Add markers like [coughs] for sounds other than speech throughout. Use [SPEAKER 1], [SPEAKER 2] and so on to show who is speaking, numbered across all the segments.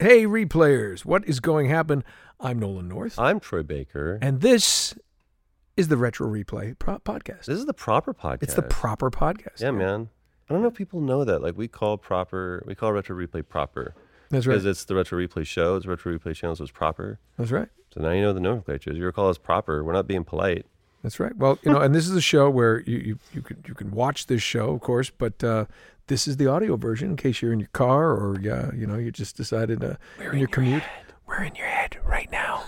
[SPEAKER 1] Hey, replayers, what is going to happen? I'm Nolan North,
[SPEAKER 2] I'm Troy Baker.
[SPEAKER 1] and this is the Retro Replay pro- Podcast.
[SPEAKER 2] This is the proper podcast.
[SPEAKER 1] It's the proper podcast.
[SPEAKER 2] yeah, man. I don't know if people know that. Like we call proper, we call retro replay proper
[SPEAKER 1] That's right.
[SPEAKER 2] because it's the retro replay show. It's retro replay channels was proper.
[SPEAKER 1] That's right.
[SPEAKER 2] So now you know the nomenclature. Your call is proper. We're not
[SPEAKER 1] [laughs]
[SPEAKER 2] being polite.
[SPEAKER 1] That's right. Well, you know, and this is a show where you you, you can you can watch this show, of course, but uh, this is the audio version in case you're in your car or yeah, you know, you just decided to in your commute. We're in your head right now.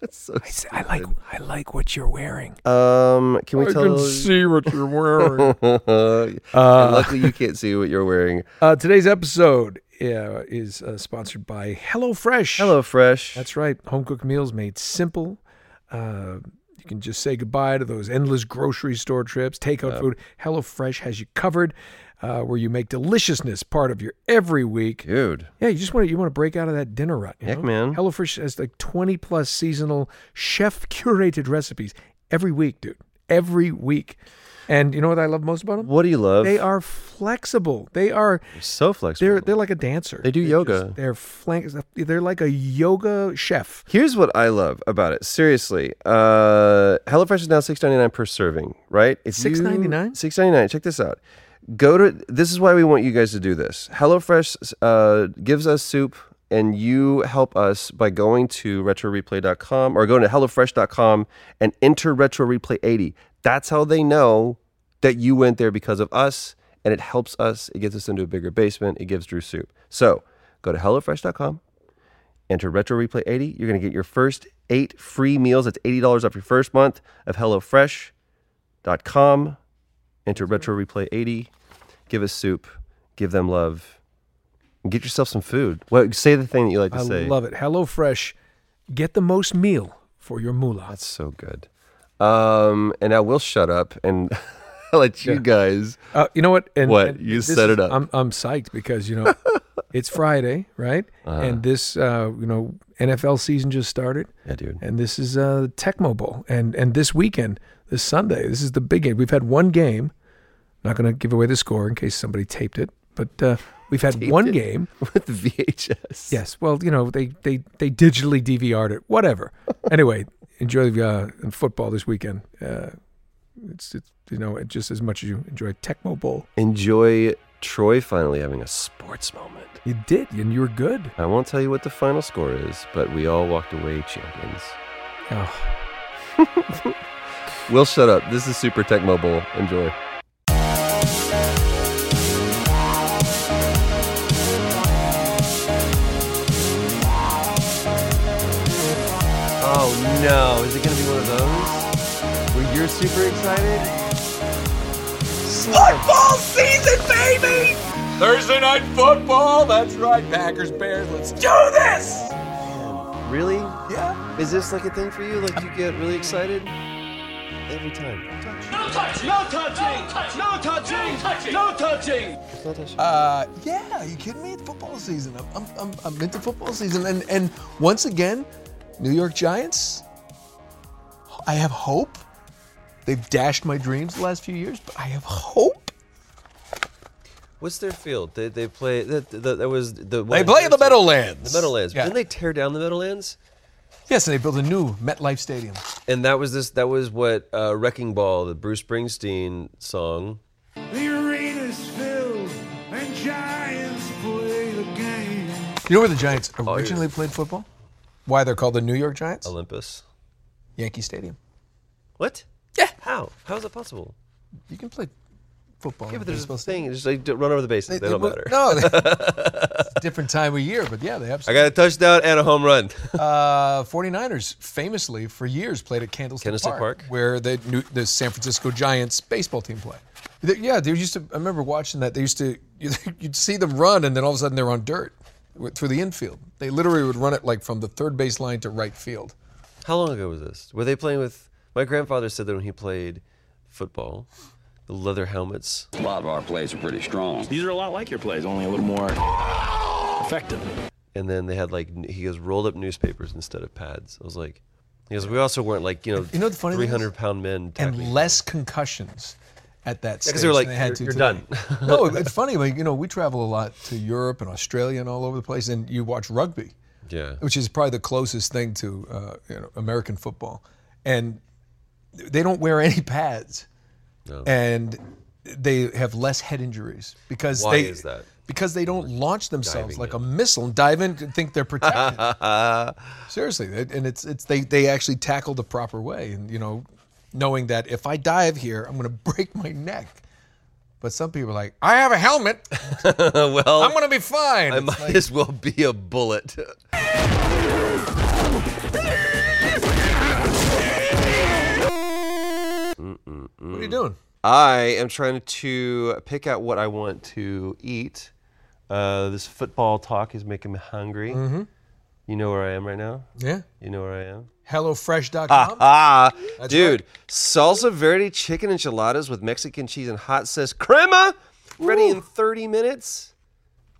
[SPEAKER 2] That's so.
[SPEAKER 1] I, I like I like what you're wearing.
[SPEAKER 2] [laughs] Um, can we
[SPEAKER 1] I [laughs]
[SPEAKER 2] tell?
[SPEAKER 1] can
[SPEAKER 2] [laughs]
[SPEAKER 1] see what you're wearing.
[SPEAKER 2] And luckily, you can't see what
[SPEAKER 1] [laughs]
[SPEAKER 2] you're wearing.
[SPEAKER 1] Uh, today's episode uh, is uh, sponsored by HelloFresh.
[SPEAKER 2] Hello, Fresh.
[SPEAKER 1] That's right. Home cooked meals made simple. Uh, you can just say goodbye to those endless grocery store trips. Takeout food. HelloFresh has you covered, uh, where you make deliciousness part of your every week.
[SPEAKER 2] dude.
[SPEAKER 1] Yeah, you just want to you want to break out of that dinner rut. You
[SPEAKER 2] Heck,
[SPEAKER 1] know?
[SPEAKER 2] man.
[SPEAKER 1] HelloFresh has like twenty plus seasonal chef [laughs] curated recipes every week, dude. Every week. And you know what I love most about them?
[SPEAKER 2] What do you love?
[SPEAKER 1] They are flexible. They are
[SPEAKER 2] so flexible.
[SPEAKER 1] they're they're like a dancer.
[SPEAKER 2] They do
[SPEAKER 1] They're
[SPEAKER 2] yoga.
[SPEAKER 1] just- they're flanks. They're like a yoga chef.
[SPEAKER 2] Here's what I love about it. Seriously, uh, HelloFresh is now six ninety nine per serving, right? If
[SPEAKER 1] $6.99?
[SPEAKER 2] Six ninety nine. Check this out. Go to. This is why we want you guys to do this. HelloFresh uh, gives us soup, and you help us by going to retroreplay.com or going to hellofresh.com and enter retro replay eighty. That's how they know that you went there because of us, and it helps us. It gets us into a bigger basement. It gives Drew soup. So go to hellofresh.com Enter Retro Replay 80. You're going to get your first eight free meals. That's $80 off your first month of HelloFresh.com. Enter Retro Replay 80. Give us soup. Give them love. And get yourself some food. Well, say the thing that you like to
[SPEAKER 1] I
[SPEAKER 2] say.
[SPEAKER 1] love it. HelloFresh, get the most meal for your moolah.
[SPEAKER 2] That's so good. Um, and I will shut up and [laughs] let you guys.
[SPEAKER 1] Uh, you know what? And,
[SPEAKER 2] What?
[SPEAKER 1] and
[SPEAKER 2] You
[SPEAKER 1] this
[SPEAKER 2] set
[SPEAKER 1] is-
[SPEAKER 2] it up.
[SPEAKER 1] I'm I'm psyched because you
[SPEAKER 2] [laughs]
[SPEAKER 1] know it's Friday, right?
[SPEAKER 2] Uh-huh.
[SPEAKER 1] And this uh, you know NFL season just started,
[SPEAKER 2] Yeah, dude.
[SPEAKER 1] and this is uh, the Tecmo Bowl, and and this weekend, this Sunday, this is the big game. We've had one game. Not going to give away the score in case somebody taped it, but uh, we've had one game.
[SPEAKER 2] [laughs] With the VHS.
[SPEAKER 1] Yes. Well, you know, they they they digitally DVR'd it. Whatever. anyway, enjoy the uh, football this weekend. Uh, it's, it's you know just as much as you enjoy Tecmo Bowl.
[SPEAKER 2] Enjoy Troy finally having a sports moment.
[SPEAKER 1] You did, and you were good.
[SPEAKER 2] I won't tell you what the final score is, but we all walked away champions.
[SPEAKER 1] Oh.
[SPEAKER 2] We'll shut up. This is Super Tech Mobile. Enjoy. Oh no, is it gonna be one of those? Where you're super excited?
[SPEAKER 1] Football season, baby! Thursday night football. That's right, Packers Bears. Let's do this.
[SPEAKER 2] Really?
[SPEAKER 1] Yeah.
[SPEAKER 2] Is this like a thing for you? Like you get really excited? Every time.
[SPEAKER 3] No touching! No touching! No touching! No touching!
[SPEAKER 2] It's not that shit.
[SPEAKER 4] Uh, yeah, you kidding me? It's football season. I'm, I'm, I'm, I'm into football season. And, and once again, New York Giants, I have hope. They've dashed my dreams the last few years, but I have hope.
[SPEAKER 2] What's their field? They, they play. That that that was the.
[SPEAKER 4] They play in the Meadowlands.
[SPEAKER 2] The Meadowlands.
[SPEAKER 4] Yeah.
[SPEAKER 2] Didn't they tear down the Meadowlands?
[SPEAKER 4] Yes, and they built a new MetLife Stadium.
[SPEAKER 2] And that was this. That was what uh, "Wrecking Ball," the Bruce Springsteen song.
[SPEAKER 5] The arena's filled and Giants play the game.
[SPEAKER 4] You know where the Giants
[SPEAKER 2] Oh,
[SPEAKER 4] originally played football? Why they're called the New York Giants?
[SPEAKER 2] Olympus.
[SPEAKER 4] Yankee Stadium.
[SPEAKER 2] What? Yeah. How? How is that possible?
[SPEAKER 4] You can play football.
[SPEAKER 2] Yeah,
[SPEAKER 4] in
[SPEAKER 2] but there's
[SPEAKER 4] baseball
[SPEAKER 2] this thing. Just like run over the bases. They,
[SPEAKER 4] stadium.
[SPEAKER 2] don't
[SPEAKER 4] well,
[SPEAKER 2] matter.
[SPEAKER 4] No, they-
[SPEAKER 2] [laughs]
[SPEAKER 4] it's a different time of year, but yeah, they absolutely.
[SPEAKER 2] I got a touchdown and a home run. [laughs]
[SPEAKER 4] Uh, 49ers famously for years played at Candlestick,
[SPEAKER 2] Candlestick Park.
[SPEAKER 4] where the new, the San Francisco Giants baseball team play. They- yeah, they used to. I remember watching that. They used to. [laughs] You'd see them run, and then all of a sudden they're on dirt with- through the infield. They literally would run it like from the third base line to right field.
[SPEAKER 2] How long ago was this? Were they playing with? My grandfather said that when he played football, the leather helmets.
[SPEAKER 6] A lot of our plays are pretty strong.
[SPEAKER 7] These are a lot like your plays, only a little more effective.
[SPEAKER 2] and then they had like n- he goes rolled up newspapers instead of pads. I was like, he goes, we also weren't like you know,
[SPEAKER 4] You know the funny thing is-
[SPEAKER 2] three hundred pound men.
[SPEAKER 4] and
[SPEAKER 2] tackling.
[SPEAKER 4] less concussions.
[SPEAKER 1] at that stage.
[SPEAKER 2] because they're like,
[SPEAKER 1] and
[SPEAKER 2] you're, you're
[SPEAKER 1] to-
[SPEAKER 2] done. [laughs]
[SPEAKER 1] no, it's funny. Like you know, we travel a lot to Europe and Australia and all over the place, and you watch rugby,
[SPEAKER 2] yeah.
[SPEAKER 1] which is probably the closest thing to uh, you know American football, and they don't wear any pads,
[SPEAKER 2] No.
[SPEAKER 1] and they have less head injuries because
[SPEAKER 2] Why
[SPEAKER 1] they
[SPEAKER 2] is that?
[SPEAKER 1] because they don't launch themselves
[SPEAKER 2] Diving
[SPEAKER 1] like
[SPEAKER 2] in.
[SPEAKER 1] a missile and dive in and think they're
[SPEAKER 2] [laughs]
[SPEAKER 1] protected. Seriously, it- and it's it's they they actually tackle the proper way, and you know, knowing that if I dive here, I'm going to [laughs] break my neck. But some people are like, I have a helmet.
[SPEAKER 2] [laughs] well,
[SPEAKER 1] I'm going to be fine.
[SPEAKER 2] I
[SPEAKER 1] It's
[SPEAKER 2] might
[SPEAKER 1] like,
[SPEAKER 2] as well be a bullet. [laughs]
[SPEAKER 1] what are
[SPEAKER 2] Mm.
[SPEAKER 1] you doing?
[SPEAKER 2] I am trying to pick out what I want to eat. Uh, this football talk is making me hungry. You know where I am right now?
[SPEAKER 1] Yeah.
[SPEAKER 2] You know where I am?
[SPEAKER 1] HelloFresh.com.
[SPEAKER 2] Ah, dude, salsa verde chicken enchiladas with Mexican cheese and hot sauce crema, ready in 30 minutes.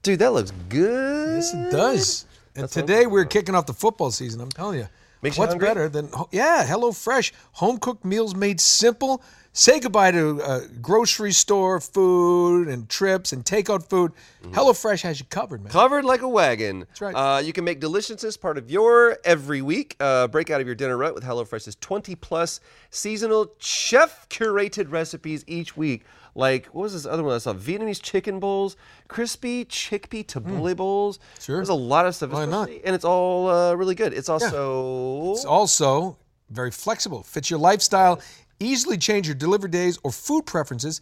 [SPEAKER 2] Dude, that looks good.
[SPEAKER 1] Yes, it does. And
[SPEAKER 2] That's what I'm
[SPEAKER 1] today
[SPEAKER 2] talking
[SPEAKER 1] we're
[SPEAKER 2] about.
[SPEAKER 1] kicking off the football season. I'm telling you,
[SPEAKER 2] Makes you
[SPEAKER 1] what's
[SPEAKER 2] hungry?
[SPEAKER 1] better than yeah? Hello Fresh, home cooked meals made simple. Say goodbye to uh, grocery store food and trips and takeout food.
[SPEAKER 2] Mm-hmm.
[SPEAKER 1] Hello Fresh has you covered, man.
[SPEAKER 2] Covered like a wagon. That's
[SPEAKER 1] right.
[SPEAKER 2] Uh, you can make deliciousness part of your every week. Uh, break out of your dinner rut with HelloFresh's 20 plus seasonal chef curated recipes each week. Like, what was this other one I saw? Vietnamese chicken bowls, crispy chickpea tabbouleh bowls.
[SPEAKER 1] Hmm. Sure.
[SPEAKER 2] There's a lot of stuff.
[SPEAKER 1] Why not?
[SPEAKER 2] especially- And it's all uh, really good. It's also.
[SPEAKER 1] It's also very flexible, fits your lifestyle, easily change your delivery days or food preferences.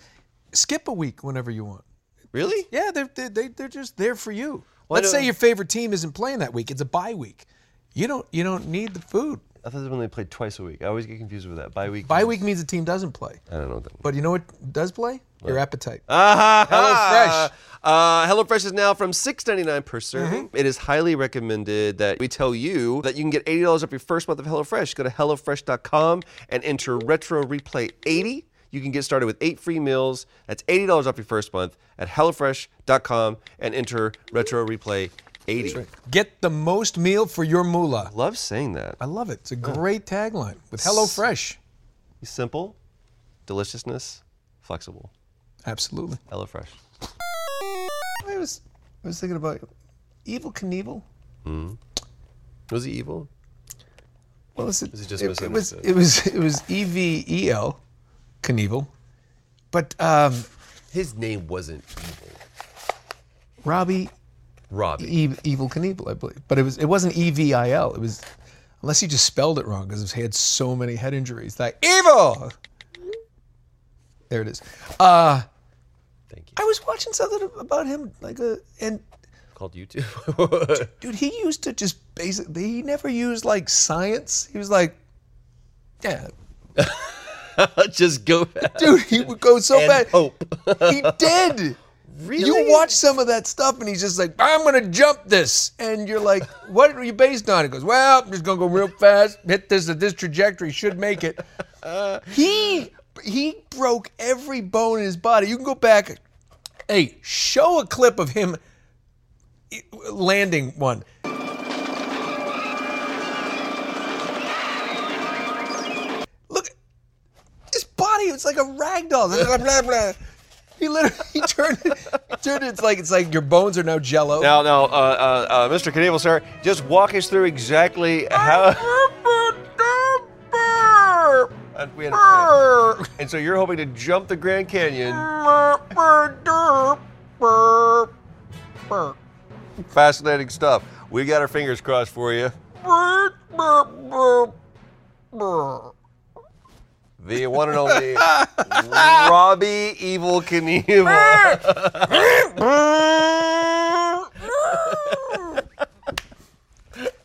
[SPEAKER 1] Skip a week whenever you want.
[SPEAKER 2] Really?
[SPEAKER 1] Yeah, they're, they- they, they're just there for you.
[SPEAKER 2] Why
[SPEAKER 1] Let's
[SPEAKER 2] don't-
[SPEAKER 1] say your favorite team isn't playing that week. It's a bye week. You don't, you don't need the food.
[SPEAKER 2] I thought they only played twice a week. I always get confused with that. Bi week.
[SPEAKER 1] Bye week means the team doesn't play.
[SPEAKER 2] I don't know what that means.
[SPEAKER 1] But you know what does play? Your appetite.
[SPEAKER 2] Ah-ha-ha.
[SPEAKER 1] HelloFresh.
[SPEAKER 2] Uh, HelloFresh is now from $6.99 per serving. It is highly recommended that we tell you that you can get $80 off your first month of HelloFresh. Go to HelloFresh.com and enter Retro Replay 80. You can get started with eight free meals. That's $80 off your first month at HelloFresh.com and enter Retro Replay 80.
[SPEAKER 1] Get the most meal for your moolah.
[SPEAKER 2] Love saying that.
[SPEAKER 1] I love it. It's a great tagline with HelloFresh.
[SPEAKER 2] Simple, deliciousness, flexible.
[SPEAKER 1] Absolutely.
[SPEAKER 2] HelloFresh.
[SPEAKER 1] I was, I was thinking about Evil Knievel.
[SPEAKER 2] Was he evil?
[SPEAKER 1] Well, listen,
[SPEAKER 2] Was it just
[SPEAKER 1] it, it was
[SPEAKER 2] misunderstood?
[SPEAKER 1] it was it was E V E L, Knievel, but um,
[SPEAKER 2] His name wasn't evil.
[SPEAKER 1] Robbie
[SPEAKER 2] Robbie.
[SPEAKER 1] e- Evil Knievel, I believe. But it was it wasn't E V I L. It was unless he just spelled it wrong because he had so many head injuries. Like evil. There it is. Uh,
[SPEAKER 2] Thank you.
[SPEAKER 1] I was watching something about him, like a and
[SPEAKER 2] Called YouTube. [laughs]
[SPEAKER 1] dude, he used to just basically he never used like science. He was like, yeah,
[SPEAKER 2] Just go back.
[SPEAKER 1] dude, he would go so bad.
[SPEAKER 2] Hope.
[SPEAKER 1] he did. You watch some of that stuff, and he's just like, "I'm gonna jump this," and you're like, [laughs] "What are you based on?" He goes, "Well, I'm just gonna go real fast, hit this at this trajectory, should make it." he he broke every bone in his body. You can go back. Hey, show a clip of him landing one. Look, his body its like a rag doll. Blah, blah, blah. He literally [laughs] he turned it. he Turned it. It's like it's like your bones are now jello.
[SPEAKER 2] Now, now, uh, uh, uh, Mr. Knievel, sir, just walk us through exactly how. [laughs] And we had a plan. And so you're hoping to jump the Grand Canyon. Fascinating stuff. We got our fingers crossed for you. The one
[SPEAKER 1] [laughs]
[SPEAKER 2] and only Robbie Evil Knievel.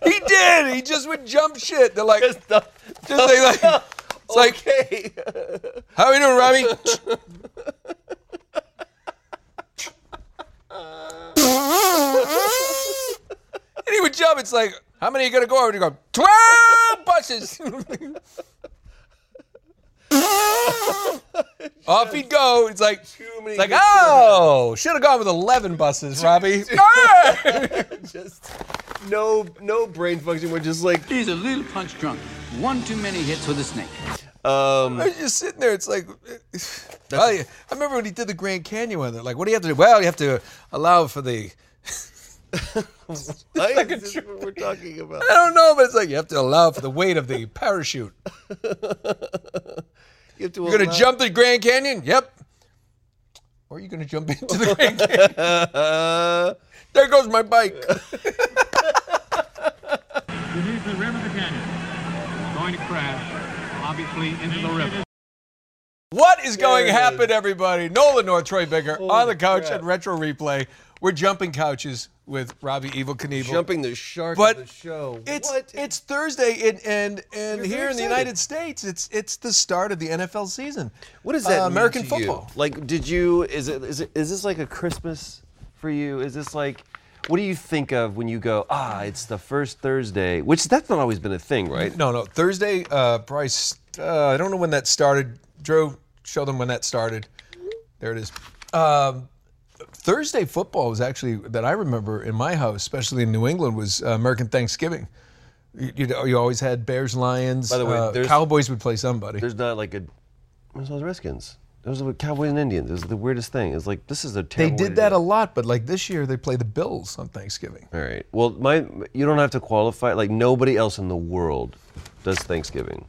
[SPEAKER 1] He did. He just would jump shit. They're like, just
[SPEAKER 2] the-
[SPEAKER 1] like, like it's like,
[SPEAKER 2] okay. [laughs]
[SPEAKER 1] how are you doing, Robbie? and he would jump. It's like, how many are you gonna go over? And you go, twelve buses. Off he'd go. It's like,
[SPEAKER 2] Too many
[SPEAKER 1] it's like, oh, should have gone with eleven
[SPEAKER 2] [laughs]
[SPEAKER 1] buses, Robbie.
[SPEAKER 2] just no no brain function. We're just like
[SPEAKER 8] He's a little punch drunk. One too many hits with a snake.
[SPEAKER 2] um,
[SPEAKER 1] I was just sitting there. It's like, well, yeah, I remember when he did the Grand Canyon one. They're like, what do you have to do? Well, you have to allow for the.
[SPEAKER 2] Why is this what we're talking about?
[SPEAKER 1] I don't know, but it's like you have to allow for the weight of
[SPEAKER 2] [laughs]
[SPEAKER 1] the parachute.
[SPEAKER 2] You have to
[SPEAKER 1] You're gonna
[SPEAKER 2] allow-
[SPEAKER 1] jump the Grand Canyon? Yep. Or you gonna jump [laughs] into the Grand Canyon?
[SPEAKER 2] Uh,
[SPEAKER 1] There goes my
[SPEAKER 2] [laughs]
[SPEAKER 1] bike.
[SPEAKER 8] This is the rim of the canyon. Going to crash, obviously, into the river.
[SPEAKER 1] What is going to happen, everybody? Nolan North, Troy Baker on the couch
[SPEAKER 2] crap.
[SPEAKER 1] at Retro Replay. We're jumping couches with Robbie Evil Knievel.
[SPEAKER 2] jumping the shark
[SPEAKER 1] But
[SPEAKER 2] of the show.
[SPEAKER 1] It's
[SPEAKER 2] What?
[SPEAKER 1] it's Thursday and and, and
[SPEAKER 2] You're
[SPEAKER 1] here
[SPEAKER 2] very
[SPEAKER 1] in the
[SPEAKER 2] excited.
[SPEAKER 1] United States, it's it's the start of the NFL season.
[SPEAKER 2] What does that
[SPEAKER 1] Uh,
[SPEAKER 2] mean
[SPEAKER 1] American
[SPEAKER 2] um, to you?
[SPEAKER 1] football.
[SPEAKER 2] Like, did you? Is it? Is it? Is this like a Christmas for you? Is this like? What do you think of when you go? Ah, it's the first Thursday, which that's not always been a thing, right?
[SPEAKER 1] No, no. Thursday, uh, Bryce. Uh, I don't know when that started. Drew, show them when that started. There it is. Um, Thursday football was actually that I remember in my house, especially in New England, was uh, American Thanksgiving. You, you, you always had Bears, Lions.
[SPEAKER 2] By the way,
[SPEAKER 1] uh,
[SPEAKER 2] there's-
[SPEAKER 1] Cowboys would play somebody.
[SPEAKER 2] There's not like a. Where's those Redskins? Those are the Cowboys and Indians. This is the weirdest thing. It's like this is a
[SPEAKER 1] They
[SPEAKER 2] terrible. way to
[SPEAKER 1] did
[SPEAKER 2] do
[SPEAKER 1] that
[SPEAKER 2] it.
[SPEAKER 1] a lot, but like this year, they play the Bills on Thanksgiving.
[SPEAKER 2] All right. Well, my you don't have to qualify. Like nobody else in the world does Thanksgiving.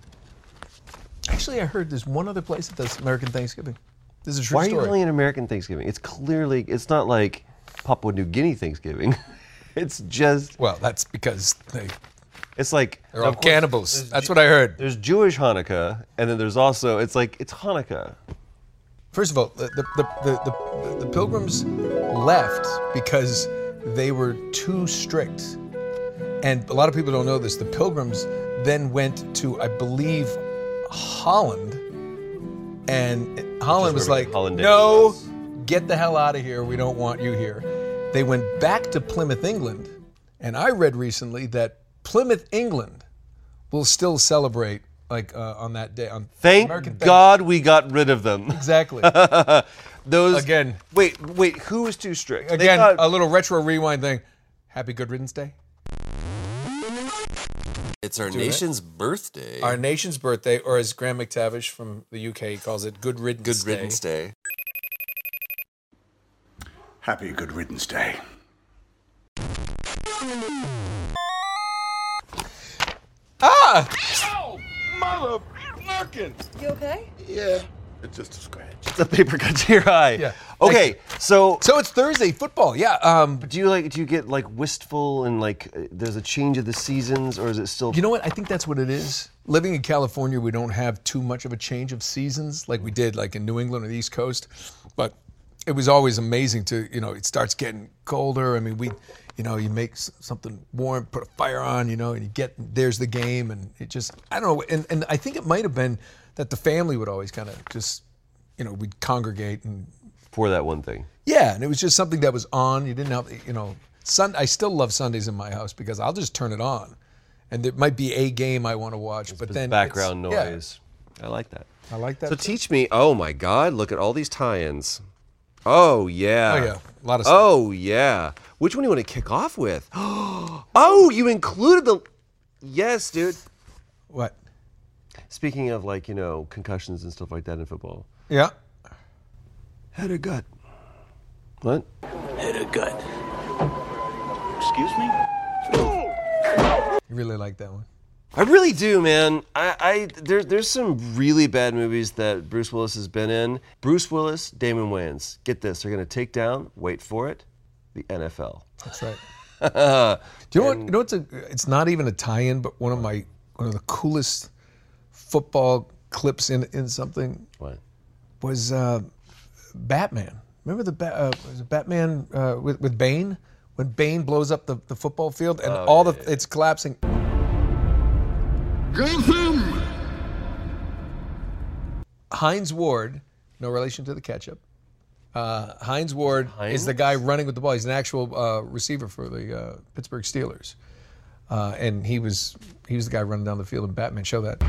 [SPEAKER 1] Actually, I heard there's one other place that does American Thanksgiving. This is a true
[SPEAKER 2] Why are you
[SPEAKER 1] story.
[SPEAKER 2] calling it American Thanksgiving? It's clearly it's not like Papua New Guinea Thanksgiving. [laughs] it's just
[SPEAKER 1] well, that's because they,
[SPEAKER 2] it's like
[SPEAKER 1] they're all
[SPEAKER 2] Of course,
[SPEAKER 1] cannibals. That's what I heard.
[SPEAKER 2] There's Jewish Hanukkah, and then there's also it's like it's Hanukkah.
[SPEAKER 1] First of all, the, the, the, the, the, the pilgrims left because they were too strict. And a lot of people don't know this. The pilgrims then went to, I believe, Holland. And Holland
[SPEAKER 2] Which
[SPEAKER 1] was
[SPEAKER 2] is where we
[SPEAKER 1] like,
[SPEAKER 2] get Hollandaise.
[SPEAKER 1] no, get the hell out of here. We don't want you here. They went back to Plymouth, England. And I read recently that Plymouth, England will still celebrate like uh, on that day. On
[SPEAKER 2] Thank
[SPEAKER 1] American Thanks-
[SPEAKER 2] God we got rid of them. [laughs]
[SPEAKER 1] Exactly.
[SPEAKER 2] Those
[SPEAKER 1] Again.
[SPEAKER 2] Wait, wait. Who was too strict? They
[SPEAKER 1] Again,
[SPEAKER 2] got-
[SPEAKER 1] a little retro rewind thing. Happy Good Riddance Day.
[SPEAKER 9] It's our nation's birthday.
[SPEAKER 1] Our nation's birthday, or as Graham McTavish from the UK calls it, Good Riddance
[SPEAKER 9] Good Riddance Day.
[SPEAKER 10] Happy Good Riddance Day.
[SPEAKER 1] Ah!
[SPEAKER 11] You okay?
[SPEAKER 10] It's just a scratch.
[SPEAKER 2] the paper [laughs] cut to your eye.
[SPEAKER 1] Yeah.
[SPEAKER 2] Okay, so
[SPEAKER 1] So it's Thursday football. Yeah. Um,
[SPEAKER 2] do you like do you get like wistful and like uh, there's a change of the seasons or is it still
[SPEAKER 1] you know what? I think that's what it is. Living in California, we don't have too much of a change of seasons like we did like in New England or the East Coast. But it was always amazing to, you know, it starts getting colder. I mean, we, you know, you make s- something warm, put a fire on, you know, and you get, there's the game. And it just, I don't know. And, and I think it might have been that the family would always kind of just, you know, we'd congregate and
[SPEAKER 2] for that one thing?
[SPEAKER 1] Yeah, and it was just something that was on. You didn't have, you know, Sun. I still love Sundays in my house because I'll just turn it on, and there might be a game I want to watch, but then it's-
[SPEAKER 2] background
[SPEAKER 1] yeah.
[SPEAKER 2] noise. I like that.
[SPEAKER 1] I like that.
[SPEAKER 2] So teach me. Oh my God! Look at all these tie-ins. Oh yeah.
[SPEAKER 1] oh yeah, a lot of stuff.
[SPEAKER 2] Oh yeah. Which one do you want to kick off with? [gasps] oh, you included the. Yes, dude.
[SPEAKER 1] What?
[SPEAKER 2] Speaking of like you know concussions and stuff like that in football.
[SPEAKER 1] Yeah.
[SPEAKER 2] Head or gut? What?
[SPEAKER 1] You really like that one.
[SPEAKER 2] I really do, man. I, I there, there's some really bad movies that Bruce Willis has been in. Bruce Willis, Damon Wayans. Get this, they're gonna take down. Wait for it, the NFL.
[SPEAKER 1] That's
[SPEAKER 2] [laughs]
[SPEAKER 1] right. Do you know what? You know it's a. It's not even a tie-in, but one of my one of the coolest football clips in in something
[SPEAKER 2] What?
[SPEAKER 1] was uh, Batman. Remember the ba- uh, was it Batman uh, with, with Bane when Bane blows up the, the football field and all the it's collapsing.
[SPEAKER 10] Gotham!
[SPEAKER 1] Heinz Ward, no relation to the ketchup. Uh, Heinz Ward is the guy running with the ball. He's an actual uh, receiver for the uh, Pittsburgh Steelers, uh, and he was he was the guy running down the field in Batman. Show that.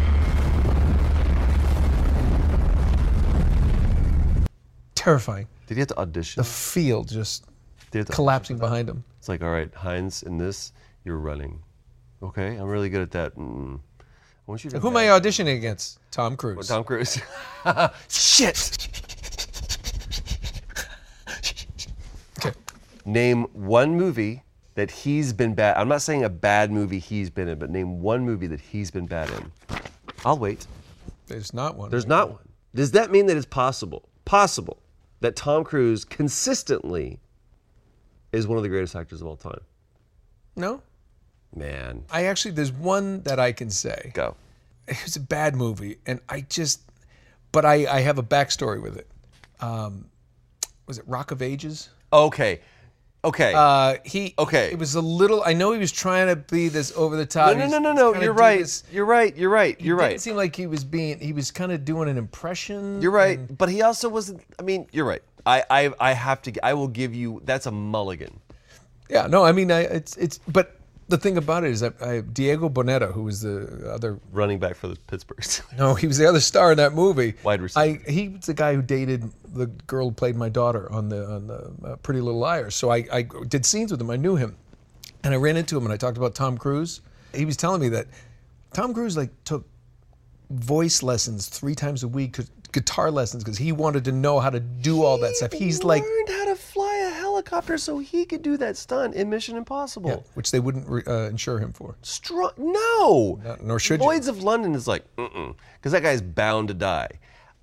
[SPEAKER 1] Terrifying.
[SPEAKER 2] Did he have to audition?
[SPEAKER 1] The field just
[SPEAKER 2] Did he have to
[SPEAKER 1] collapsing behind him.
[SPEAKER 2] It's like, all right, Heinz, in this, you're running. Okay, I'm really good at that. Mm. Once you
[SPEAKER 1] Who am I auditioning against? Tom Cruise.
[SPEAKER 2] [laughs] Tom Cruise. [laughs]
[SPEAKER 1] Shit.
[SPEAKER 2] name one movie that he's been bad. I'm not saying a bad movie he's been in, but name one movie that he's been bad in. I'll wait.
[SPEAKER 1] There's not one.
[SPEAKER 2] There's not one. Does that mean that it's possible? Possible that Tom Cruise consistently is one of the greatest actors of all time.
[SPEAKER 1] no.
[SPEAKER 2] Man,
[SPEAKER 1] I actually there's one that I can say.
[SPEAKER 2] go.
[SPEAKER 1] it was a bad movie, and I just, but I, I have a backstory with it. Um, was it Rock of Ages?
[SPEAKER 2] Okay. Okay.
[SPEAKER 1] Uh, he
[SPEAKER 2] Okay.
[SPEAKER 1] It was a little. I know he was trying to be this over the top.
[SPEAKER 2] no, no, no, no, no. You're right. You're right. You're right. You're
[SPEAKER 1] It
[SPEAKER 2] right.
[SPEAKER 1] seemed like he was being. He was kind of doing an impression.
[SPEAKER 2] You're right,
[SPEAKER 1] Mm.
[SPEAKER 2] but he also wasn't. I mean, you're right. I, I, I have to. g- I will give you. That's a mulligan.
[SPEAKER 1] Yeah. No. I mean, I, it's it's. But the thing about it is that I, Diego Boneta, who was the other
[SPEAKER 2] Running back for the Pittsburgh [laughs] Steelers.
[SPEAKER 1] No, he was the other star in that movie.
[SPEAKER 2] Wide receiver.
[SPEAKER 1] I, he was the guy who dated the girl who played my daughter on the on the uh, Pretty Little Liars. So I, I did scenes with him. I knew him, and I ran into him and I talked about Tom Cruise. He was telling me that Tom Cruise like took voice lessons three times a week, gu- guitar lessons, because he wanted to know how to do all that stuff. He's like,
[SPEAKER 2] learned how to fly a helicopter so he could do that stunt in Mission Impossible.
[SPEAKER 1] Yeah, which they wouldn't re- uh, insure him for.
[SPEAKER 2] Strong. No.
[SPEAKER 1] Not- nor should you.
[SPEAKER 2] Lloyd's of London is like, mm because that guy's bound to die.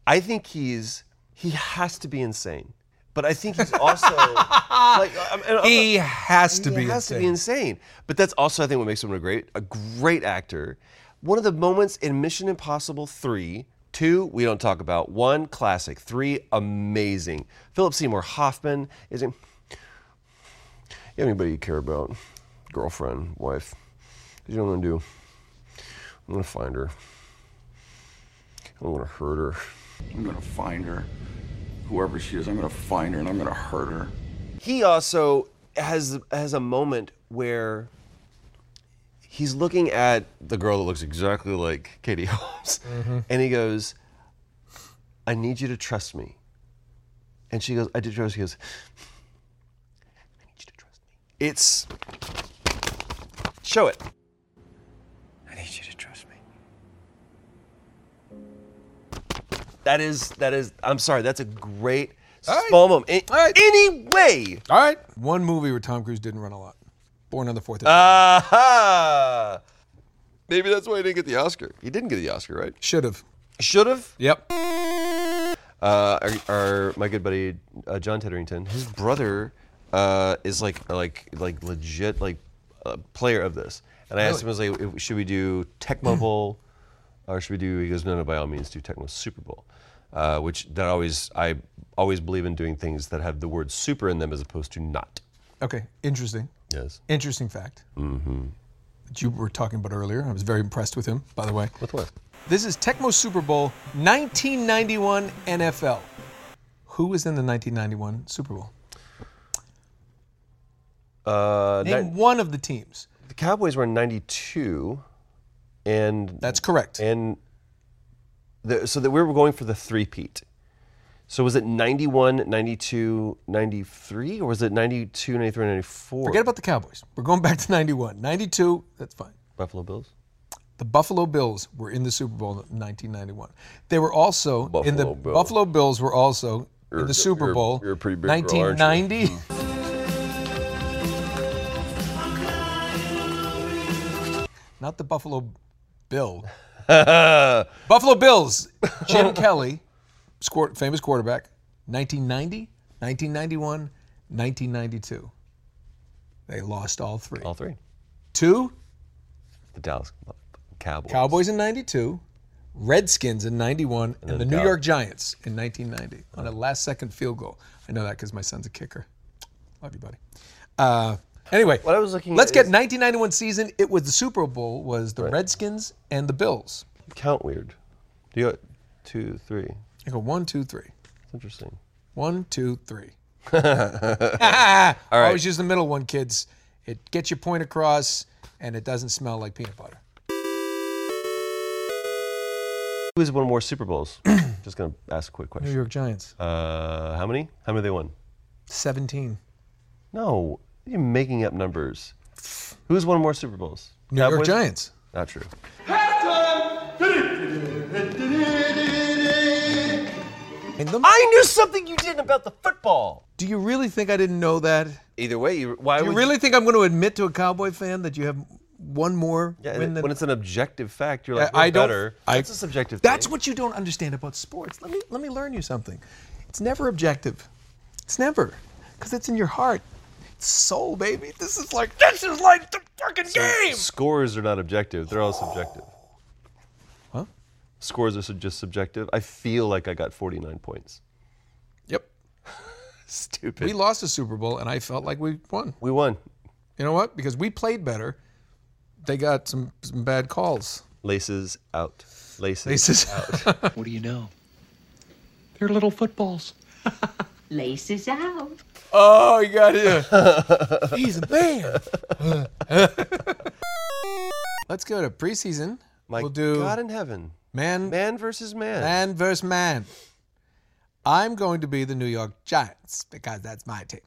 [SPEAKER 2] I think he's he has to be insane, but I think
[SPEAKER 1] [laughs]
[SPEAKER 2] he's also like I'm- and I'm-
[SPEAKER 1] He has to
[SPEAKER 2] he
[SPEAKER 1] be.
[SPEAKER 2] has to be
[SPEAKER 1] insane.
[SPEAKER 2] insane. But that's also I think what makes him a great a great actor. One of the moments in Mission Impossible 3, 2, we don't talk about. 1, classic. 3, amazing. Philip Seymour Hoffman is in You have anybody you care about? Girlfriend, wife. You know what I'm gonna do? I'm gonna find her. I'm gonna hurt her.
[SPEAKER 10] I'm gonna find her. Whoever she is, I'm gonna find her and I'm gonna hurt her.
[SPEAKER 2] he also has has a moment where he's looking at the girl that looks exactly like Katie [laughs] Holmes, and he goes, "I need you to trust me." And she goes, "I did trust." He goes, "I need you to trust me." It's show it. I need you to trust me. That is that is. I'm sorry. That's a great.
[SPEAKER 1] right.
[SPEAKER 2] small moment. A-
[SPEAKER 1] All right.
[SPEAKER 2] Anyway,
[SPEAKER 1] All right. Uh, One movie where Tom Cruise didn't run a lot. Born on the Fourth of July.
[SPEAKER 2] Aha! Maybe that's why he didn't get the Oscar. He didn't get the Oscar, right?
[SPEAKER 1] Should have.
[SPEAKER 2] Should have.
[SPEAKER 1] Yep.
[SPEAKER 2] Uh, our, our my good buddy uh, John Tedderington, his brother uh, is like like like legit like a player of this. And I asked him, I was like, "If- should we do [clears throat] Tecmo Bowl or should we do? He goes, no, no, by all means, do Tecmo Super Bowl, uh, which that always I always believe in doing things that have the word super in them as opposed to not.
[SPEAKER 1] Okay. Interesting.
[SPEAKER 2] Yes.
[SPEAKER 1] Interesting fact. Mm-hmm. That you were talking about earlier. I was very impressed with him, by the way.
[SPEAKER 2] With what?
[SPEAKER 1] This is Tecmo Super Bowl 1991 NFL. Who was in the 1991 Super Bowl?
[SPEAKER 2] Uh,
[SPEAKER 1] Name
[SPEAKER 2] ni-
[SPEAKER 1] one of the teams.
[SPEAKER 2] the Cowboys were in '92, and
[SPEAKER 1] That's correct.
[SPEAKER 2] and the, so that we were going for the three peat. So was it 91, 92, 93, or was it 92, 93, 94?
[SPEAKER 1] Forget about the Cowboys. We're going back to 91. 92, that's fine.
[SPEAKER 2] Buffalo Bills.
[SPEAKER 1] The Buffalo Bills were in the Super Bowl in 1991. They were also in the
[SPEAKER 2] Buffalo Bills.
[SPEAKER 1] Buffalo Bills were also in
[SPEAKER 2] You're-
[SPEAKER 1] the Super
[SPEAKER 2] you're-
[SPEAKER 1] Bowl
[SPEAKER 2] you're a pretty big girl, aren't you?
[SPEAKER 1] 1990. [laughs] Not the Buffalo
[SPEAKER 2] [laughs]
[SPEAKER 1] Bill. Buffalo Bills. Jim Kelly, squir- famous quarterback, 1990, 1991, 1992. They lost all three.
[SPEAKER 2] All three.
[SPEAKER 1] Two
[SPEAKER 2] The Dallas Cowboys.
[SPEAKER 1] Cowboys in 92, Redskins in 91, and, the
[SPEAKER 2] then
[SPEAKER 1] New
[SPEAKER 2] Dallas.
[SPEAKER 1] York Giants in 1990 on a last second field goal. I know that because my son's a kicker. Love you, buddy. Uh, anyway,
[SPEAKER 2] What I was looking
[SPEAKER 1] let's
[SPEAKER 2] at
[SPEAKER 1] get
[SPEAKER 2] is-
[SPEAKER 1] 1991 season. It was the Super Bowl was the Redskins and the Bills.
[SPEAKER 2] Count weird. Do you got two, three?
[SPEAKER 1] I go one, two, three.
[SPEAKER 2] It's interesting.
[SPEAKER 1] One, two,
[SPEAKER 2] [laughs]
[SPEAKER 1] three. [laughs] Ah,
[SPEAKER 2] right.
[SPEAKER 1] Always use the middle one, kids. It gets your point across, and it doesn't smell like peanut butter.
[SPEAKER 2] Who has won more Super
[SPEAKER 1] [coughs]
[SPEAKER 2] Bowls? Just gonna ask a quick
[SPEAKER 1] New
[SPEAKER 2] question.
[SPEAKER 1] York Giants,
[SPEAKER 2] Uh, how many? How many they won?
[SPEAKER 1] 17.
[SPEAKER 2] No, you're making up numbers. Who's won more Super Bowls?
[SPEAKER 1] New York
[SPEAKER 2] Cowboys?
[SPEAKER 1] Giants.
[SPEAKER 2] Not true.
[SPEAKER 5] Halftime!
[SPEAKER 1] behind them?
[SPEAKER 2] I knew something you didn't about the football.
[SPEAKER 1] Do you really think I didn't know that?
[SPEAKER 2] Either way, you, why
[SPEAKER 1] Do you
[SPEAKER 2] would
[SPEAKER 1] really think I'm going to admit to a Cowboy fan that you have one more
[SPEAKER 2] Yeah,
[SPEAKER 1] win
[SPEAKER 2] and
[SPEAKER 1] than
[SPEAKER 2] when it's an objective fact, you're like,
[SPEAKER 1] I- I
[SPEAKER 2] we're
[SPEAKER 1] don't-
[SPEAKER 2] better.
[SPEAKER 1] I-
[SPEAKER 2] that's a subjective.
[SPEAKER 1] That's
[SPEAKER 2] thing.
[SPEAKER 1] what you don't understand about sports. Let me let me learn you something. It's never objective. It's never, because it's in your heart, it's soul, baby. This is like this is like the fucking game.
[SPEAKER 2] Scores are not objective; they're all subjective.
[SPEAKER 1] Huh?
[SPEAKER 2] Scores are su- just subjective. I feel like I got 49 points.
[SPEAKER 1] Yep.
[SPEAKER 2] Stupid.
[SPEAKER 1] We lost a Super Bowl, and I felt like we won.
[SPEAKER 2] We won.
[SPEAKER 1] You know what? Because we played better. They got some, some bad calls.
[SPEAKER 2] Laces out. Laces.
[SPEAKER 1] Aces.
[SPEAKER 11] What do you know? They're little footballs.
[SPEAKER 12] Laces out.
[SPEAKER 1] Oh, you got [laughs] it. He's a man. [laughs] Let's go to preseason.
[SPEAKER 2] My
[SPEAKER 1] we'll do
[SPEAKER 2] God in heaven.
[SPEAKER 1] man,
[SPEAKER 2] Man versus man.
[SPEAKER 1] man versus man. I'm going to be the New York Giants because that's my team.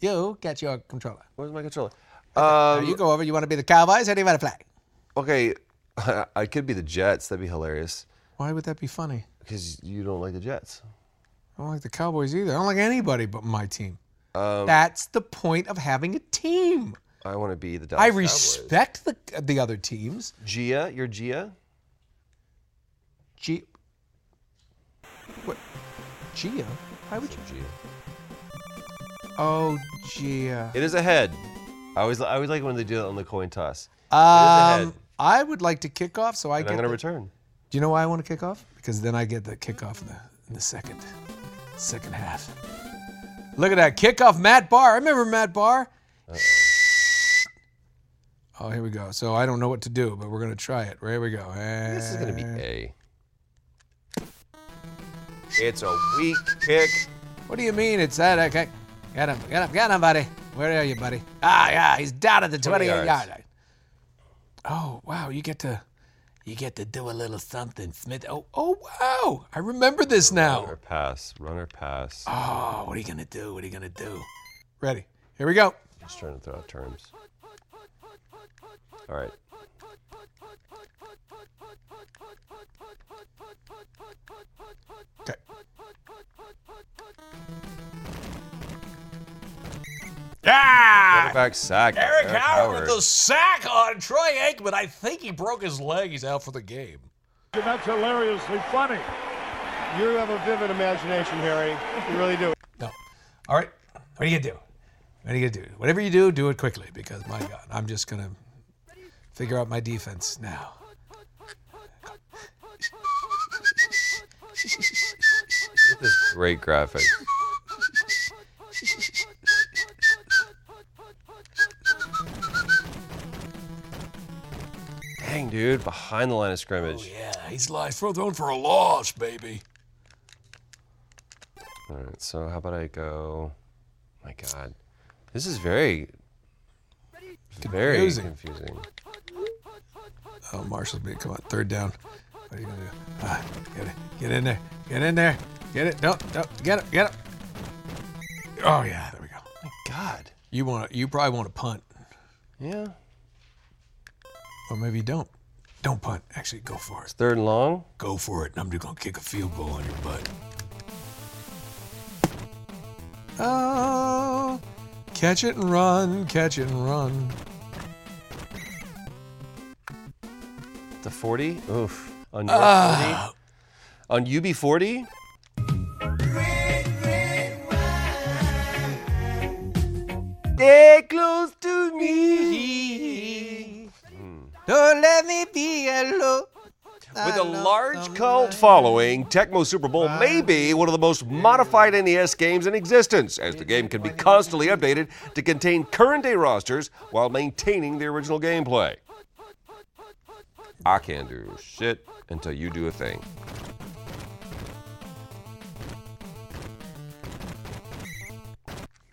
[SPEAKER 1] You get your controller.
[SPEAKER 2] Where's my controller?
[SPEAKER 1] Now you go over. You want to be the Cowboys or do you want to flag?
[SPEAKER 2] Okay, [laughs] I could be the Jets. That'd be hilarious.
[SPEAKER 1] Why would that be funny?
[SPEAKER 2] Because you don't like the Jets.
[SPEAKER 1] I don't like the Cowboys either. I don't like anybody but my team. That's the point of having a team.
[SPEAKER 2] I want to be the Dallas
[SPEAKER 1] I
[SPEAKER 2] Cowboys.
[SPEAKER 1] respect the the other teams.
[SPEAKER 2] Gia, you're Gia.
[SPEAKER 1] G. What? Gia? Why would you?
[SPEAKER 2] Gia.
[SPEAKER 1] Oh, Gia.
[SPEAKER 2] It is a head. I always, I always like when they do that on the coin toss. head.
[SPEAKER 1] Um, I would like to kick off, so I
[SPEAKER 2] And
[SPEAKER 1] get.
[SPEAKER 2] I'm gonna
[SPEAKER 1] the-
[SPEAKER 2] return.
[SPEAKER 1] Do you know why I want to kick off? Because then I get the kickoff in the in the second second half. Look at that kickoff, Matt Barr. I remember Matt Barr. Oh, here we go. So I don't know what to do, but we're gonna try it. Here we go.
[SPEAKER 2] This is gonna be
[SPEAKER 1] Eh.
[SPEAKER 2] A. It's a weak kick.
[SPEAKER 1] What do you mean it's that? Okay. Get him, get him, get him, buddy. Where are you, buddy? Ah, yeah, he's down at the 28
[SPEAKER 2] yards.
[SPEAKER 1] yard line. Oh, wow, you get to you get to do a little something, Smith. Oh, oh wow. I remember this
[SPEAKER 2] Run or
[SPEAKER 1] now.
[SPEAKER 2] pass. Run or pass.
[SPEAKER 1] Oh, what are you gonna do? What are you gonna do? Ready. Here we go.
[SPEAKER 2] Just trying to throw out terms. All right.
[SPEAKER 1] Okay.
[SPEAKER 2] Quarterback sack.
[SPEAKER 1] Eric Howard, with the sack on Troy Aikman. I think he broke his leg. He's out for the game.
[SPEAKER 10] That's hilariously funny.
[SPEAKER 11] You have a vivid imagination, Harry. You really do.
[SPEAKER 1] No. All right. What are you gonna do? What are you gonna do? Whatever you do, do it quickly because my God, I'm just gonna figure out my defense now.
[SPEAKER 2] This is great graphic. Dang, dude, behind the line of scrimmage.
[SPEAKER 1] Yeah, he's live throw thrown for a loss, baby.
[SPEAKER 2] All right, so how about I go? My God, this is very, very
[SPEAKER 1] Confusing.
[SPEAKER 2] confusing.
[SPEAKER 1] Oh, Marshall, B, come on, third down. What are you gonna do? Ah, get it, get in there, get in there, get it. No, no, get it, get it. Oh yeah, there we go.
[SPEAKER 2] God.
[SPEAKER 1] You want? to You probably want to punt,
[SPEAKER 2] Yeah.
[SPEAKER 1] or maybe you don't. Don't punt. Actually, go for it.
[SPEAKER 2] Third and long.
[SPEAKER 1] Go for it. And I'm just gonna kick a field goal on your butt. Oh, catch it and run, catch it and run.
[SPEAKER 2] The Ah. 40. Oof. On your 40. On UB 40. They're close to [laughs] me.
[SPEAKER 1] Don't let me be alone.
[SPEAKER 2] With a large cult following, Tecmo Super Bowl may be one of the most modified NES games in existence, as the game can be constantly updated to contain current day rosters while maintaining the original gameplay. I can't do shit until you do a thing.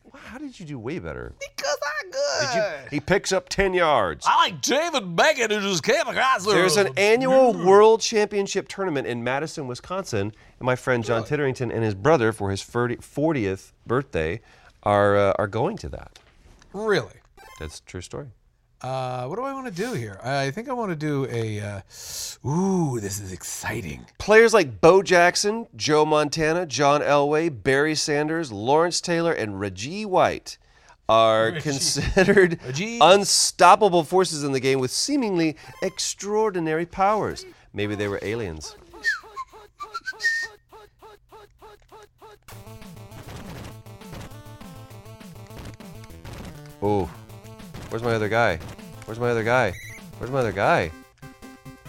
[SPEAKER 2] Wow, How did you do way better?
[SPEAKER 1] Because I'm good.
[SPEAKER 2] Did you, he picks up 10 yards.
[SPEAKER 1] I like David Beckham who just came across the
[SPEAKER 2] There's an annual World Championship tournament in Madison, Wisconsin, and my friend John Titterington and his brother, for his 30 40th birthday, are uh, are going to that.
[SPEAKER 1] Really?
[SPEAKER 2] That's a true story.
[SPEAKER 1] Uh, what do I want to do here? I think I want to do a. Uh, ooh, this is exciting.
[SPEAKER 2] Players like Bo Jackson, Joe Montana, John Elway, Barry Sanders, Lawrence Taylor, and Reggie White are considered
[SPEAKER 1] Reggie.
[SPEAKER 2] unstoppable forces in the game with seemingly extraordinary powers. Maybe they were aliens. Oh, where's my other guy? Where's my other guy? Where's my other guy?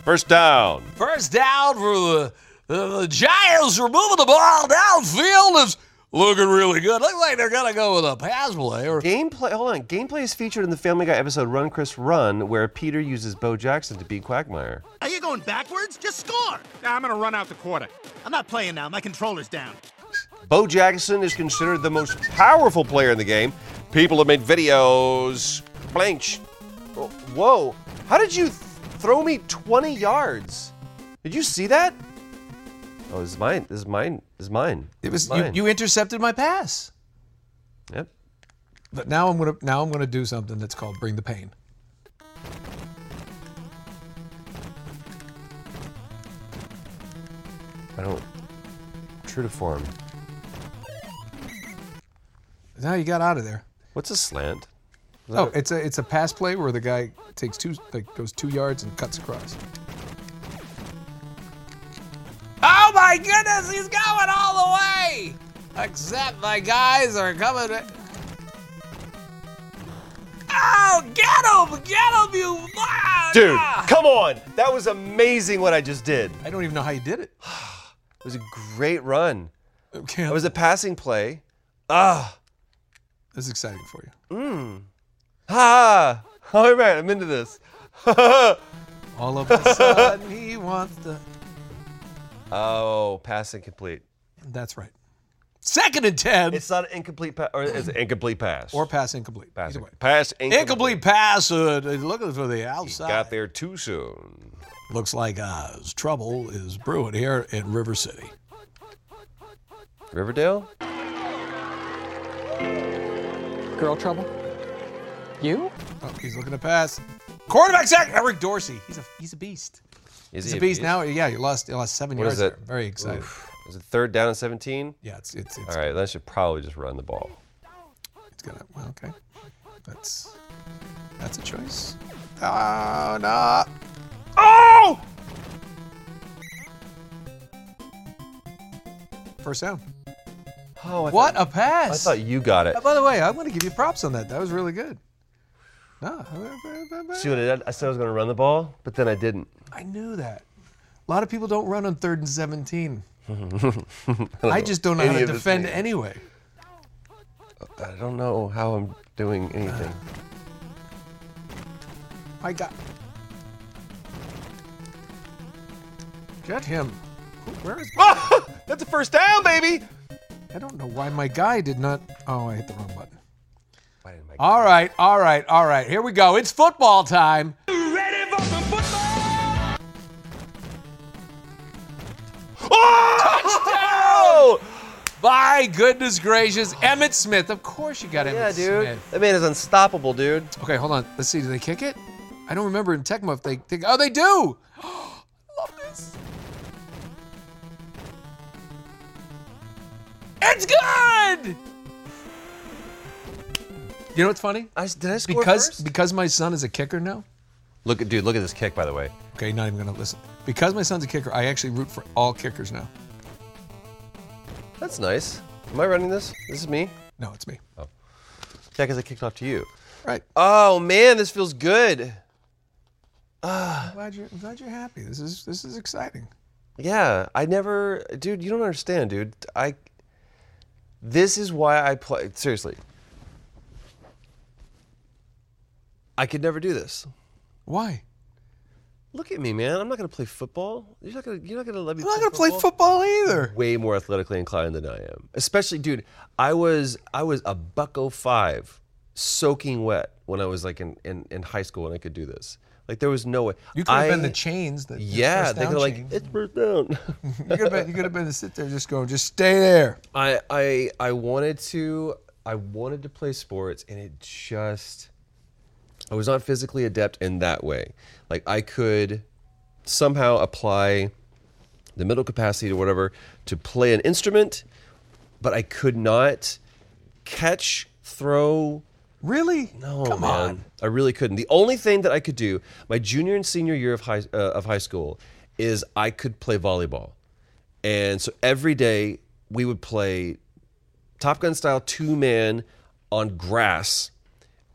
[SPEAKER 2] First down.
[SPEAKER 1] First down for the, the, the Giants are moving the ball downfield. It's looking really good. Looks like they're going to go with a pass play. Or,
[SPEAKER 2] Gameplay, hold on. Gameplay is featured in the Family Guy episode Run Chris Run, where Peter uses Bo Jackson to beat Quagmire.
[SPEAKER 13] Are you going backwards? Just score!
[SPEAKER 10] Now I'm gonna run out the quarter.
[SPEAKER 13] I'm not playing now. My controller's down.
[SPEAKER 2] Bo Jackson is considered the most powerful player in the game. People have made videos. Blanch. Oh, Whoa. How did you th- throw me 20 yards? Did you see that? Oh, this is mine. This is mine. This is mine.
[SPEAKER 1] it was you,
[SPEAKER 2] mine.
[SPEAKER 1] you intercepted my pass.
[SPEAKER 2] Yep.
[SPEAKER 1] But now I'm gonna now I'm gonna do something that's called bring the pain.
[SPEAKER 2] I don't. True to form.
[SPEAKER 1] Now you got out of there.
[SPEAKER 2] What's a slant?
[SPEAKER 1] Oh, it's a it's a pass play where the guy takes two like goes two yards and cuts across. Oh my goodness, he's going all the way! Except my guys are coming. Oh, get him! Get him, you!
[SPEAKER 2] Dude, come on! That was amazing what I just did.
[SPEAKER 1] I don't even know how you did it.
[SPEAKER 2] It was a great run.
[SPEAKER 1] Okay,
[SPEAKER 2] It was a passing play.
[SPEAKER 1] [laughs] this is exciting for you.
[SPEAKER 2] Ah! [laughs] All right, I'm into this. [laughs]
[SPEAKER 1] All of [laughs] a sudden, he wants to.
[SPEAKER 2] Oh, pass incomplete.
[SPEAKER 1] That's right. Second and ten,
[SPEAKER 2] It's not an incomplete pass, or it's an incomplete pass.
[SPEAKER 1] or pass incomplete.
[SPEAKER 2] pass,
[SPEAKER 1] Either way.
[SPEAKER 2] incomplete. pass incomplete.
[SPEAKER 1] Incomplete pass. Uh, looking for the outside.
[SPEAKER 2] Got there too soon.
[SPEAKER 1] Looks like uh, trouble is brewing here in River City.
[SPEAKER 2] Riverdale?
[SPEAKER 14] Girl trouble? You?
[SPEAKER 1] Oh, he's looking to pass. Quarterback sack. Eric Dorsey. He's a he's a beast.
[SPEAKER 2] Is
[SPEAKER 1] He's
[SPEAKER 2] he
[SPEAKER 1] a beast now. Yeah, you lost you lost seven
[SPEAKER 2] What
[SPEAKER 1] yards.
[SPEAKER 2] is it?
[SPEAKER 1] there. Very excited.
[SPEAKER 2] Oof. Is it third down and 17?
[SPEAKER 1] Yeah, it's it's it's,
[SPEAKER 2] All right, that should probably just run the ball.
[SPEAKER 1] it's gonna. Well, okay. That's that's a choice. Oh no. Oh. First down.
[SPEAKER 2] Oh, I
[SPEAKER 1] What
[SPEAKER 2] Thought,
[SPEAKER 1] a pass!
[SPEAKER 2] I thought you got it.
[SPEAKER 1] Uh, By the way, I'm going to give you props on that. That was really good. uh, No,
[SPEAKER 2] See what I did? I said I was going to run the ball, but then I didn't.
[SPEAKER 1] uh. I knew that. A lot of people don't run on third and
[SPEAKER 2] [laughs]
[SPEAKER 1] 17. I just don't know how
[SPEAKER 2] any
[SPEAKER 1] to
[SPEAKER 2] of this
[SPEAKER 1] defend
[SPEAKER 2] means.
[SPEAKER 1] anyway.
[SPEAKER 2] I don't know how I'm doing anything.
[SPEAKER 1] I got. Get him. Who- Where is.
[SPEAKER 2] Ah! That's a first down, baby!
[SPEAKER 1] I don't know why my guy did not. Oh, I hit the wrong button.
[SPEAKER 2] Why didn't I-
[SPEAKER 1] All right, all right, all right. Here we go. It's football time.
[SPEAKER 10] Ready for some football?
[SPEAKER 2] Oh!
[SPEAKER 1] My goodness gracious. Emmett Smith. Of course you got
[SPEAKER 2] Yeah,
[SPEAKER 1] Emmett
[SPEAKER 2] dude.
[SPEAKER 1] Smith.
[SPEAKER 2] That man is unstoppable, dude.
[SPEAKER 1] Okay, hold on. Let's see. Do they kick it? I don't remember in Tecmo if they think. Oh, they do. [gasps] Love this. It's good. You know what's funny?
[SPEAKER 2] I, did I score
[SPEAKER 1] Because
[SPEAKER 2] first?
[SPEAKER 1] because my son is a kicker now.
[SPEAKER 2] Look at dude, look at this kick by the way.
[SPEAKER 1] Okay, not even gonna listen. Because my son's a kicker, I actually root for all kickers now.
[SPEAKER 2] That's nice. Am I running this? This is me.
[SPEAKER 1] No, it's me.
[SPEAKER 2] Oh. Yeah, because I kicked off to you.
[SPEAKER 1] Right.
[SPEAKER 2] Oh man, this feels good.
[SPEAKER 1] I'm glad you're I'm glad you're happy. This is this is exciting.
[SPEAKER 2] Yeah, I never, dude. You don't understand, dude. I. This is why I play. Seriously. I could never do this.
[SPEAKER 1] Why?
[SPEAKER 2] Look at me, man. I'm not gonna play football. You're not gonna. You're not gonna let me.
[SPEAKER 1] I'm not gonna play football either.
[SPEAKER 2] way more athletically inclined than I am. Especially, dude, I was I was a buck oh five, soaking wet when I was like in, in, in high school and I could do this. Like there was no way.
[SPEAKER 1] You could have been
[SPEAKER 2] I-
[SPEAKER 1] the chains. The, the
[SPEAKER 2] Yeah,
[SPEAKER 1] first
[SPEAKER 2] they
[SPEAKER 1] down
[SPEAKER 2] could like
[SPEAKER 1] chains.
[SPEAKER 2] it's first down. [laughs]
[SPEAKER 1] You could have been, you could have been to sit there just going, just stay there.
[SPEAKER 2] I I I wanted to I wanted to play sports and it just I was not physically adept in that way. Like I could somehow apply the mental capacity to whatever to play an instrument, but I could not catch, throw.
[SPEAKER 1] Really?
[SPEAKER 2] No, Come man. On. I really couldn't. The only thing that I could do my junior and senior year of high uh, of high school is I could play volleyball, and so every day we would play Top Gun style two man on grass,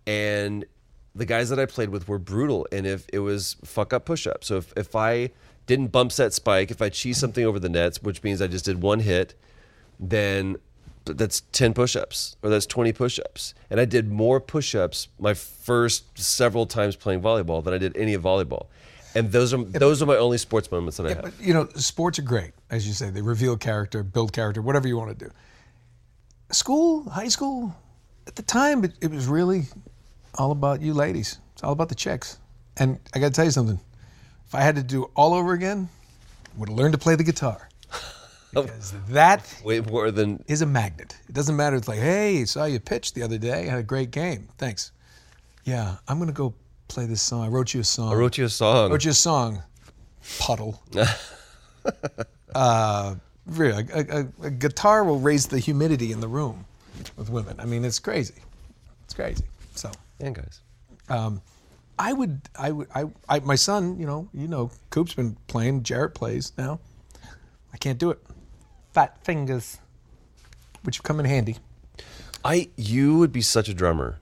[SPEAKER 2] and the guys that I played with were brutal. And if it was fuck up push up, so if, if I didn't bump set spike, if I cheese something over the nets, which means I just did one hit, then that's 10 push ups or that's 20 push ups. And I did more push ups my first several times playing volleyball than I did any of volleyball. And those are those are my only sports moments that I have.
[SPEAKER 1] But, you know, sports are great, as you say. They reveal character, build character, whatever you want to do. School, high school, at the time, it, it was really all about you ladies. It's all about the chicks. And I got to tell you something. If I had to do all over again, I would have learned to play the
[SPEAKER 2] [laughs]
[SPEAKER 1] guitar. Because that
[SPEAKER 2] way more than
[SPEAKER 1] is a magnet. It doesn't matter. It's like, hey, saw you pitch the other day. Had a great game. Thanks. Yeah, I'm gonna go play this song. I wrote you a song.
[SPEAKER 2] I wrote you a song.
[SPEAKER 1] I wrote you a song. Puddle. [laughs] uh, really, a, a, a guitar will raise the humidity in the room with women. I mean, it's crazy. It's crazy. So
[SPEAKER 2] and guys.
[SPEAKER 1] Um, I would, I would, I, I, my son, you know, you know, Coop's been playing. Jarrett plays now. I can't do it. Fat fingers, which come in handy.
[SPEAKER 2] I, you would be such a drummer.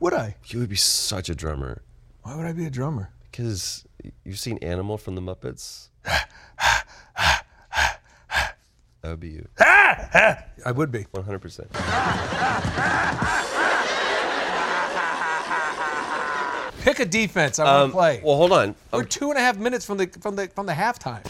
[SPEAKER 1] Would I?
[SPEAKER 2] You would be such a drummer.
[SPEAKER 1] Why would I be a drummer?
[SPEAKER 2] Because you've seen Animal from the Muppets. that would be you.
[SPEAKER 1] I would be.
[SPEAKER 2] One hundred percent.
[SPEAKER 1] Pick a defense. I want um, to play.
[SPEAKER 2] Well, hold on.
[SPEAKER 1] We're um, two and a half minutes from the from the from the halftime.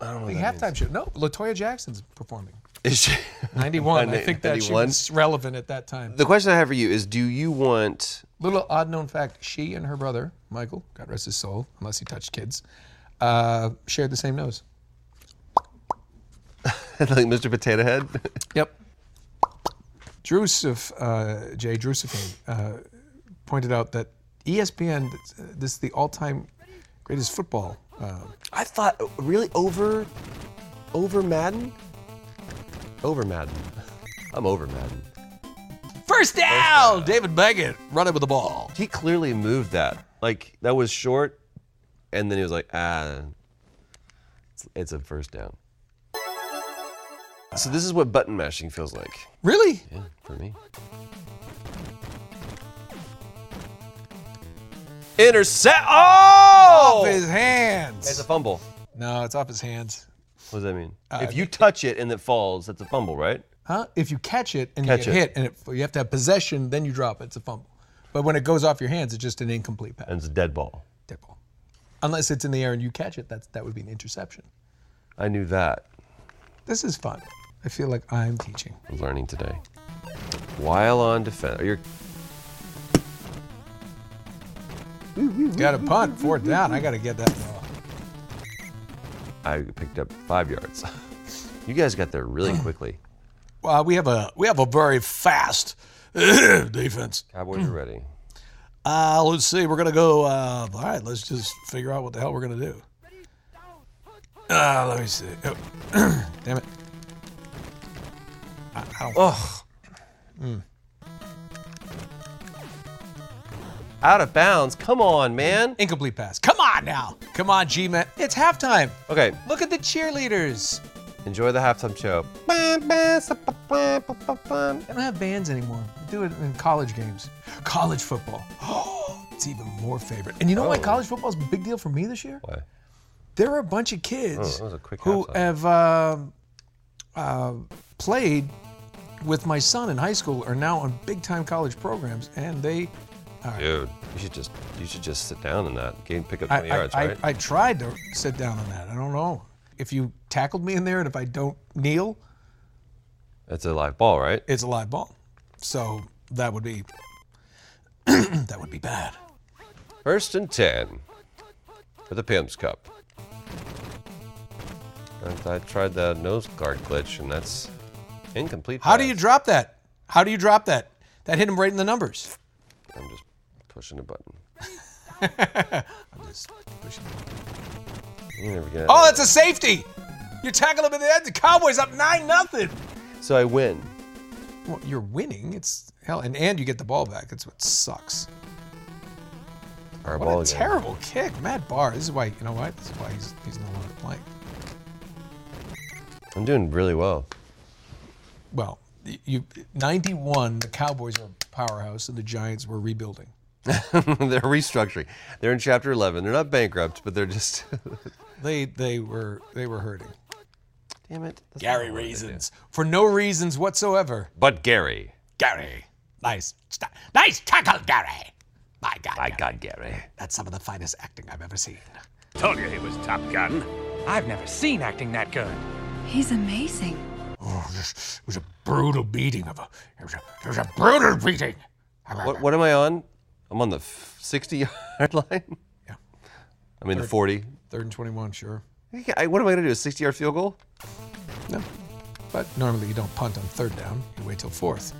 [SPEAKER 2] I don't know.
[SPEAKER 1] The halftime means. show. No, Latoya Jackson's [laughs] performing.
[SPEAKER 2] Is she [laughs]
[SPEAKER 1] 91? I think 91? that she was relevant at that time.
[SPEAKER 2] The question I have for you is: Do you want [laughs]
[SPEAKER 1] little odd known fact? She and her brother Michael, God rest his soul, unless he touched kids, uh, shared the same nose.
[SPEAKER 2] like Mr. Potato Head.
[SPEAKER 1] yep. Drusif, uh, Jay Drusifin, uh, pointed out that E ESPN, this is the all-time greatest football. Uh,
[SPEAKER 2] I thought really over, over Madden, over Madden. [laughs] I'm over Madden.
[SPEAKER 1] First down, David Beckett running with the ball.
[SPEAKER 2] He clearly moved that. Like that was short, and then he was like, ah, it's, it's a first down. So this is what button mashing feels like.
[SPEAKER 1] Really?
[SPEAKER 2] Yeah, for me. Intercept. Oh!
[SPEAKER 1] Off his hands.
[SPEAKER 2] It's a fumble.
[SPEAKER 1] No, it's off his hands.
[SPEAKER 2] What does that mean? Uh, if you touch it and it falls, that's a fumble, right?
[SPEAKER 1] Huh? If you catch it and catch you get it. hit and it, you have to have possession, then you drop it. It's a fumble. But when it goes off your hands, it's just an incomplete pass.
[SPEAKER 2] And it's a dead ball.
[SPEAKER 1] Dead ball. Unless it's in the air and you catch it, that's, that would be an interception.
[SPEAKER 2] I knew that.
[SPEAKER 1] This is fun. I feel like I'm teaching.
[SPEAKER 2] I'm learning today. While on defense, you're
[SPEAKER 1] Got a punt, fourth down. I got to get that ball.
[SPEAKER 2] I picked up five yards. [laughs] you guys got
[SPEAKER 1] [clears throat]
[SPEAKER 2] there really quickly.
[SPEAKER 1] Well, Uh, we have a we have a very fast [clears throat] defense.
[SPEAKER 2] Cowboys
[SPEAKER 1] [clears throat]
[SPEAKER 2] are ready.
[SPEAKER 1] Uh, let's see. We're gonna go. Uh, all right, let's just figure out what the hell we're gonna do. Uh, let me see. Oh. [clears throat] Damn it. Ow. Oh. Mm.
[SPEAKER 2] out of bounds. Come on, man.
[SPEAKER 1] Incomplete pass. Come on now. Come on, G Man. It's halftime.
[SPEAKER 2] Okay.
[SPEAKER 1] Look at the cheerleaders.
[SPEAKER 2] Enjoy the halftime show.
[SPEAKER 1] I don't have bands anymore. I do it in college games. College football. [gasps] Oh, it's even more favorite. And you know oh. why college football is a big deal for me this year?
[SPEAKER 2] Why?
[SPEAKER 1] There are a bunch of kids
[SPEAKER 2] oh,
[SPEAKER 1] who
[SPEAKER 2] halftime.
[SPEAKER 1] have uh, uh, played with my son in high school are now on big time college programs, and they
[SPEAKER 2] Right. Dude, you should just you should just sit down in that game, pick up 20
[SPEAKER 1] I,
[SPEAKER 2] yards,
[SPEAKER 1] I,
[SPEAKER 2] right?
[SPEAKER 1] I, I, tried to sit down on that. I don't know if you tackled me in there, and if I don't kneel,
[SPEAKER 2] it's a live ball, right?
[SPEAKER 1] It's a live ball, so that would be [clears throat] that would be bad.
[SPEAKER 2] First and ten for the Pim's Cup. I tried the nose guard glitch, and that's incomplete.
[SPEAKER 1] How pass. do you drop that? How do you drop that? That hit him right in the numbers.
[SPEAKER 2] I'm just pushing a button.
[SPEAKER 1] [laughs] I'm just pushing the button.
[SPEAKER 2] You're never gonna.
[SPEAKER 1] Oh, that's a safety. You tackle him in the head. The Cowboys up nine nothing.
[SPEAKER 2] So I win.
[SPEAKER 1] Well, you're winning. It's hell, and and you get the ball back. That's what sucks.
[SPEAKER 2] Our
[SPEAKER 1] What
[SPEAKER 2] ball
[SPEAKER 1] a
[SPEAKER 2] again.
[SPEAKER 1] terrible kick, Matt Barr. This is why you know what. This is why he's he's no longer playing.
[SPEAKER 2] I'm doing really well. [laughs]
[SPEAKER 1] Well, y- you 91. The Cowboys are a powerhouse, and the Giants were rebuilding.
[SPEAKER 2] they're restructuring. They're in chapter 11. They're not bankrupt, but they're just. [laughs]
[SPEAKER 1] They they were they were hurting.
[SPEAKER 2] Damn it.
[SPEAKER 1] Gary reasons for no reasons whatsoever.
[SPEAKER 2] But Gary.
[SPEAKER 1] Gary, nice, sta- nice tackle, Gary. My God,
[SPEAKER 2] My God, Gary.
[SPEAKER 1] that's some of the finest acting I've ever seen.
[SPEAKER 15] Told you he was Top Gun. I've never seen acting that good.
[SPEAKER 16] He's amazing.
[SPEAKER 1] Oh, this was a brutal beating of a. It was a, it was a brutal beating.
[SPEAKER 2] What, what am I on? I'm on the f- 60 yard [laughs] line. Yeah. I mean, the
[SPEAKER 1] Third.
[SPEAKER 2] 40.
[SPEAKER 1] Third and twenty-one, sure.
[SPEAKER 2] Yeah, I- What am I going to do? A 60 yard field goal?
[SPEAKER 1] No. But normally you don't punt on third down. You wait till fourth.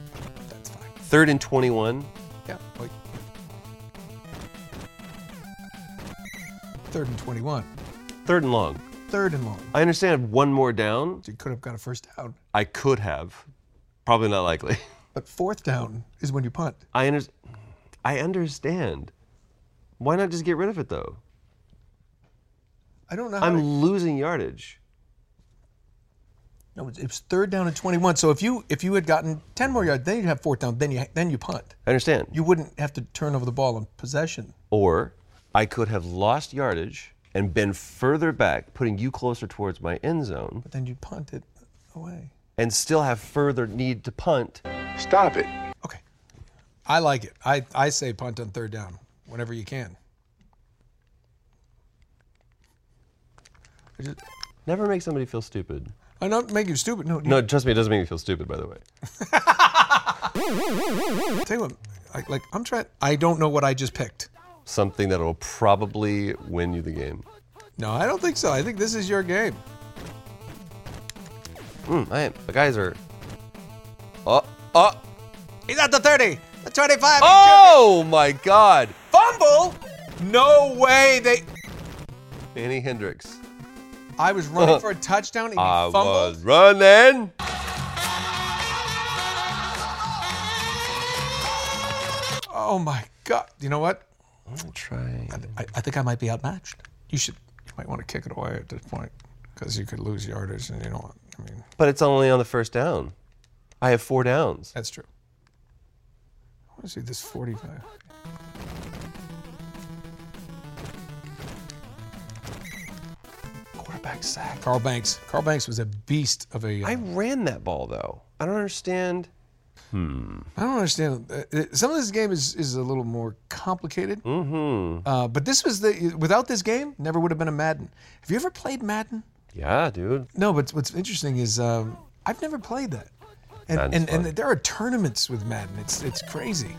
[SPEAKER 1] That's fine.
[SPEAKER 2] Third and 21.
[SPEAKER 1] Yeah. Like, third and twenty-one.
[SPEAKER 2] Third and long.
[SPEAKER 1] Third and long.
[SPEAKER 2] I understand one more down.
[SPEAKER 1] You could have got a first down.
[SPEAKER 2] I could have. Probably not likely. [laughs]
[SPEAKER 1] But fourth down is when you punt.
[SPEAKER 2] I, under- I understand. Why not just get rid of it, though?
[SPEAKER 1] I don't know. How
[SPEAKER 2] I'm
[SPEAKER 1] to-
[SPEAKER 2] losing yardage.
[SPEAKER 1] No, it was third down and 21. So if you if you had gotten 10 more yards, then you'd have fourth down. Then you then you punt.
[SPEAKER 2] I understand.
[SPEAKER 1] You wouldn't have to turn over the ball on possession.
[SPEAKER 2] Or I could have lost yardage and been further back, putting you closer towards my end zone,
[SPEAKER 1] But then you'd punt it away.
[SPEAKER 2] and still have further need to punt.
[SPEAKER 1] Stop it. Okay. I like it. I, I say punt on third down whenever you can. I just-
[SPEAKER 2] Never make somebody feel stupid.
[SPEAKER 1] I'm not making you stupid. No,
[SPEAKER 2] No, trust me, it doesn't make me feel stupid, by the way.
[SPEAKER 1] Tell you what, I, like I'm trying. I don't know what I just picked.
[SPEAKER 2] Something that will probably win you the game.
[SPEAKER 1] No, I don't think so. I think this is your game.
[SPEAKER 2] Mm, I am. The guys are. Oh, oh,
[SPEAKER 1] He's at the 30, the 25.
[SPEAKER 2] oh my God!
[SPEAKER 1] Fumble? No way. They.
[SPEAKER 2] Annie Hendricks.
[SPEAKER 1] I was running
[SPEAKER 2] [laughs]
[SPEAKER 1] for a touchdown and he
[SPEAKER 2] I
[SPEAKER 1] fumbled.
[SPEAKER 2] was running.
[SPEAKER 1] Oh my God! You know what?
[SPEAKER 2] I'm trying.
[SPEAKER 1] I, I think I might be outmatched. You should. You might want to kick it away at this point because you could lose yardage, and you don't. want- I mean,
[SPEAKER 2] But it's only on the first down. I have four downs.
[SPEAKER 1] that's true. I want to see this 45. Quarterback sack. Carl Banks. Carl Banks was a beast of a. uh,
[SPEAKER 2] I ran that ball though. I don't understand.
[SPEAKER 1] I don't understand. Uh, uh, Some of this game is, is a little more complicated.
[SPEAKER 2] Mm-hmm.
[SPEAKER 1] Uh, but this was the without this game, never would have been a Madden. Have you ever played Madden?
[SPEAKER 2] Yeah, dude.
[SPEAKER 1] No, but what's interesting is um, I've never played that, and
[SPEAKER 2] Madden's
[SPEAKER 1] and, and
[SPEAKER 2] fun.
[SPEAKER 1] there are tournaments with Madden. It's it's crazy.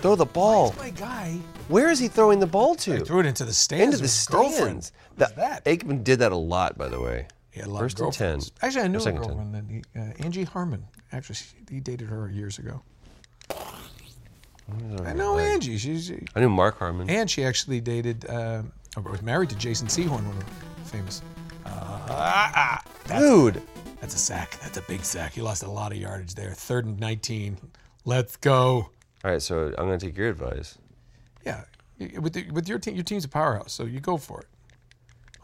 [SPEAKER 2] Throw the ball.
[SPEAKER 1] My guy
[SPEAKER 2] Where is he throwing the ball to?
[SPEAKER 1] threw it into the stands.
[SPEAKER 2] Into the
[SPEAKER 1] with his
[SPEAKER 2] stands.
[SPEAKER 1] Girlfriend.
[SPEAKER 2] That, Aikman did that a lot, by the way.
[SPEAKER 1] He had a lot of
[SPEAKER 2] First and ten.
[SPEAKER 1] girlfriends. Actually, I knew
[SPEAKER 2] Or
[SPEAKER 1] a
[SPEAKER 2] second
[SPEAKER 1] girlfriend then. He, uh, Angie Harmon. Actually, she, he dated her years ago. I know Angie. She's she,
[SPEAKER 2] I knew Mark Harmon.
[SPEAKER 1] and she actually dated uh, or was married to Jason Sehorn, one of the famous. uh,
[SPEAKER 2] Dude,
[SPEAKER 1] That's a sack. That's a big sack. He lost a lot of yardage there. Third and 19. Let's go.
[SPEAKER 2] All right, so I'm gonna take your advice.
[SPEAKER 1] Yeah, y- with the, with your team, your team's a powerhouse, so you go for it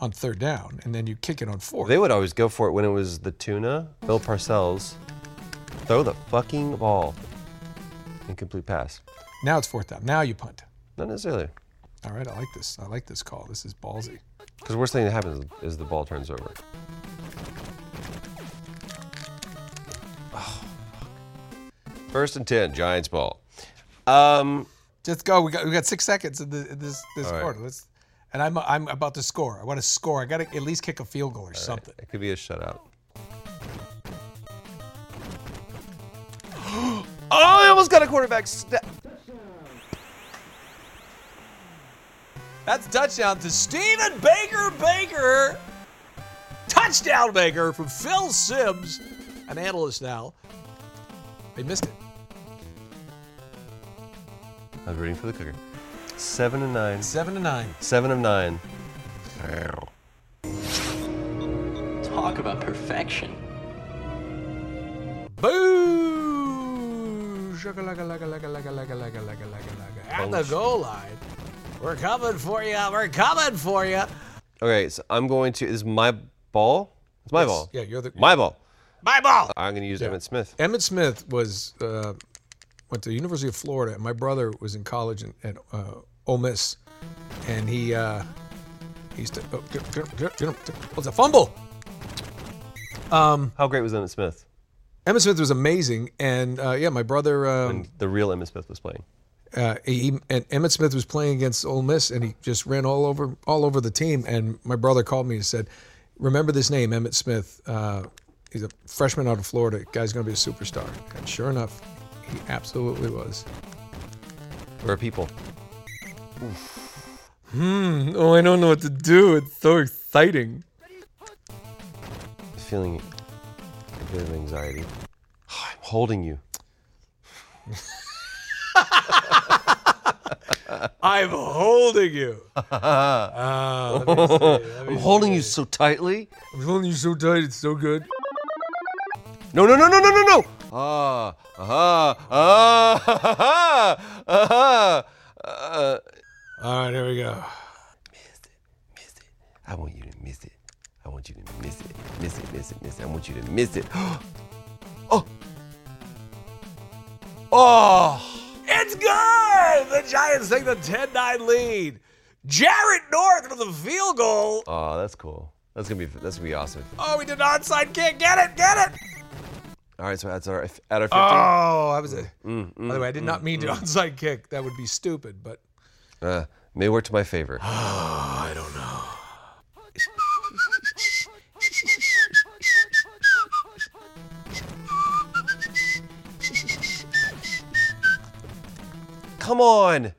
[SPEAKER 1] on third down, and then you kick it on fourth.
[SPEAKER 2] They would always go for it when it was the tuna. Bill Parcells, throw the fucking ball. Incomplete pass.
[SPEAKER 1] now it's fourth down. Now you punt.
[SPEAKER 2] Not necessarily,
[SPEAKER 1] All right, I like this. I like this call. This is ballsy.
[SPEAKER 2] because worst thing that happens is the ball turns over. Oh, fuck. First and ten, Giants ball. Um,
[SPEAKER 1] Just go. We got we got six seconds in, the, in this this
[SPEAKER 2] All right.
[SPEAKER 1] quarter. Let's. And I'm I'm about to score. I want to score. I got to at least kick a field goal or something.
[SPEAKER 2] It could be a shutout. oh, I almost got a quarterback snap.
[SPEAKER 1] That's a touchdown to Steven Baker Baker. Touchdown Baker from Phil Sims, an analyst now. They missed it.
[SPEAKER 2] I was rooting for the cooker. Seven and nine.
[SPEAKER 1] Seven and nine.
[SPEAKER 2] Seven of nine.
[SPEAKER 17] Talk about perfection.
[SPEAKER 1] Boo! Shakalaka-laka-laka-laka-laka-laka-laka-laka-laka. At the goal line. We're coming for you. We're coming for you.
[SPEAKER 2] Okay, so I'm going to. This is my ball. It's my
[SPEAKER 1] Yes.
[SPEAKER 2] ball.
[SPEAKER 1] Yeah, you're the-
[SPEAKER 2] My ball.
[SPEAKER 1] My ball.
[SPEAKER 2] I'm going to use Emmett Smith.
[SPEAKER 1] Emmett Smith was uh, went to the University of Florida. and My brother was in college in, at uh, Ole Miss, and he uh, he used to. Oh, get, get, get, get him. It's a fumble. Um,
[SPEAKER 2] How great was Emmett Smith?
[SPEAKER 1] Emmett Smith was amazing, and uh, yeah, my brother. Um,
[SPEAKER 2] The real Emmett Smith was playing.
[SPEAKER 1] uh, he, and Emmett Smith was playing against Ole Miss, and he just ran all over all over the team. And my brother called me and said, "Remember this name, Emmett Smith. Uh, he's a freshman out of Florida. Guy's going to be a superstar." And sure enough, he absolutely was.
[SPEAKER 2] We're people.
[SPEAKER 18] Hmm. Oh, I don't know what to do. It's so exciting.
[SPEAKER 2] Feeling a bit of anxiety. I'm holding you.
[SPEAKER 1] I'm holding
[SPEAKER 18] [laughs]
[SPEAKER 1] you. Uh,
[SPEAKER 2] I'm holding you so tightly.
[SPEAKER 18] I'm holding you so tight. It's so good.
[SPEAKER 2] No, no, no, no, no, no, no. Ah, ah, ah, ah, ah, ah.
[SPEAKER 1] All right, here we go.
[SPEAKER 2] I want you to miss it. I want you to miss it. Miss it, miss it, miss it. I want you to miss it. [gasps] oh. Oh.
[SPEAKER 1] It's good. The Giants take the 10-9 lead. Jarrett North with a field goal.
[SPEAKER 2] Oh, that's cool. That's gonna be that's gonna be awesome.
[SPEAKER 1] Oh, we did an onside kick. Get it. Get it.
[SPEAKER 2] All right, so that's our at our 15.
[SPEAKER 1] Oh, I was a.
[SPEAKER 2] Mm, mm,
[SPEAKER 1] By the way, I did not
[SPEAKER 2] mm,
[SPEAKER 1] mean to
[SPEAKER 2] mm.
[SPEAKER 1] onside kick. That would be stupid, but
[SPEAKER 2] Uh, may work to my favor.
[SPEAKER 1] [sighs] I don't know.
[SPEAKER 2] Come on.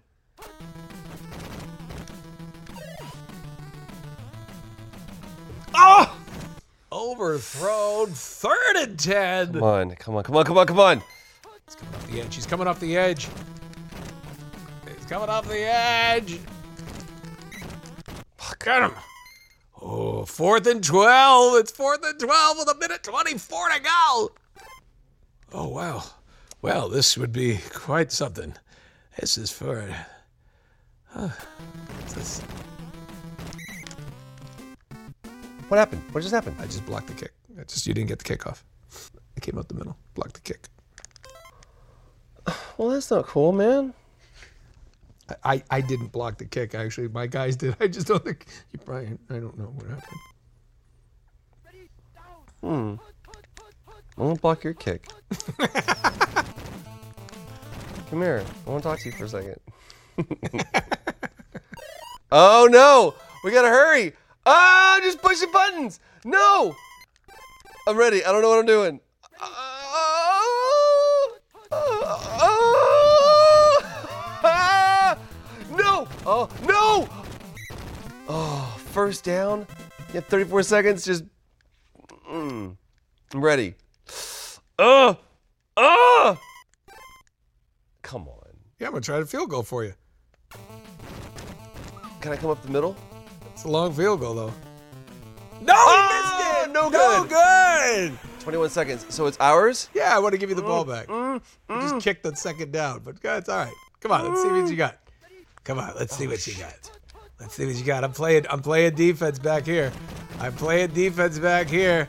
[SPEAKER 1] Oh! Overthrown, third and ten.
[SPEAKER 2] Come on, come on, come on, come on, come on.
[SPEAKER 1] Off the edge. He's coming off the edge. He's coming off the edge. Fuck, Get him. Oh, fourth and twelve. It's fourth and twelve with a minute twenty-four to go. Oh wow. Well, this would be quite something. This is for. Huh. This-
[SPEAKER 2] What happened? What just happened?
[SPEAKER 1] I just blocked the kick. I just you didn't get the kickoff. I came out the middle, blocked the kick.
[SPEAKER 2] Well, that's not cool, man.
[SPEAKER 1] I, I, I didn't block the kick. Actually, my guys did. I just don't think you probably. I don't know what happened.
[SPEAKER 2] Hmm. I want to block your kick. Come here. I want to talk to you for a second. [laughs] oh no! We gotta hurry! Ah! I'm just pushing buttons. No! I'm ready. I don't know what I'm doing. [laughs] Oh! Oh! Ah! No! Oh no! Oh, first down. You have 34 seconds. Just. Mm. I'm ready. Uh, uh. Come on.
[SPEAKER 1] Yeah, I'm gonna try the field goal for you.
[SPEAKER 2] Can I come up the middle?
[SPEAKER 1] It's a long field goal though. Ah,
[SPEAKER 2] No, oh, missed it. No
[SPEAKER 1] No
[SPEAKER 2] good.
[SPEAKER 1] good. Mm,
[SPEAKER 2] 21 seconds. So it's ours.
[SPEAKER 1] Yeah, I want to give you the ball back. You just kicked that second down, but God, it's all right. Come on, let's see what you got. Come on, let's see what you got. Let's see what you got. I'm playing. I'm playing defense back here. I'm playing defense back here.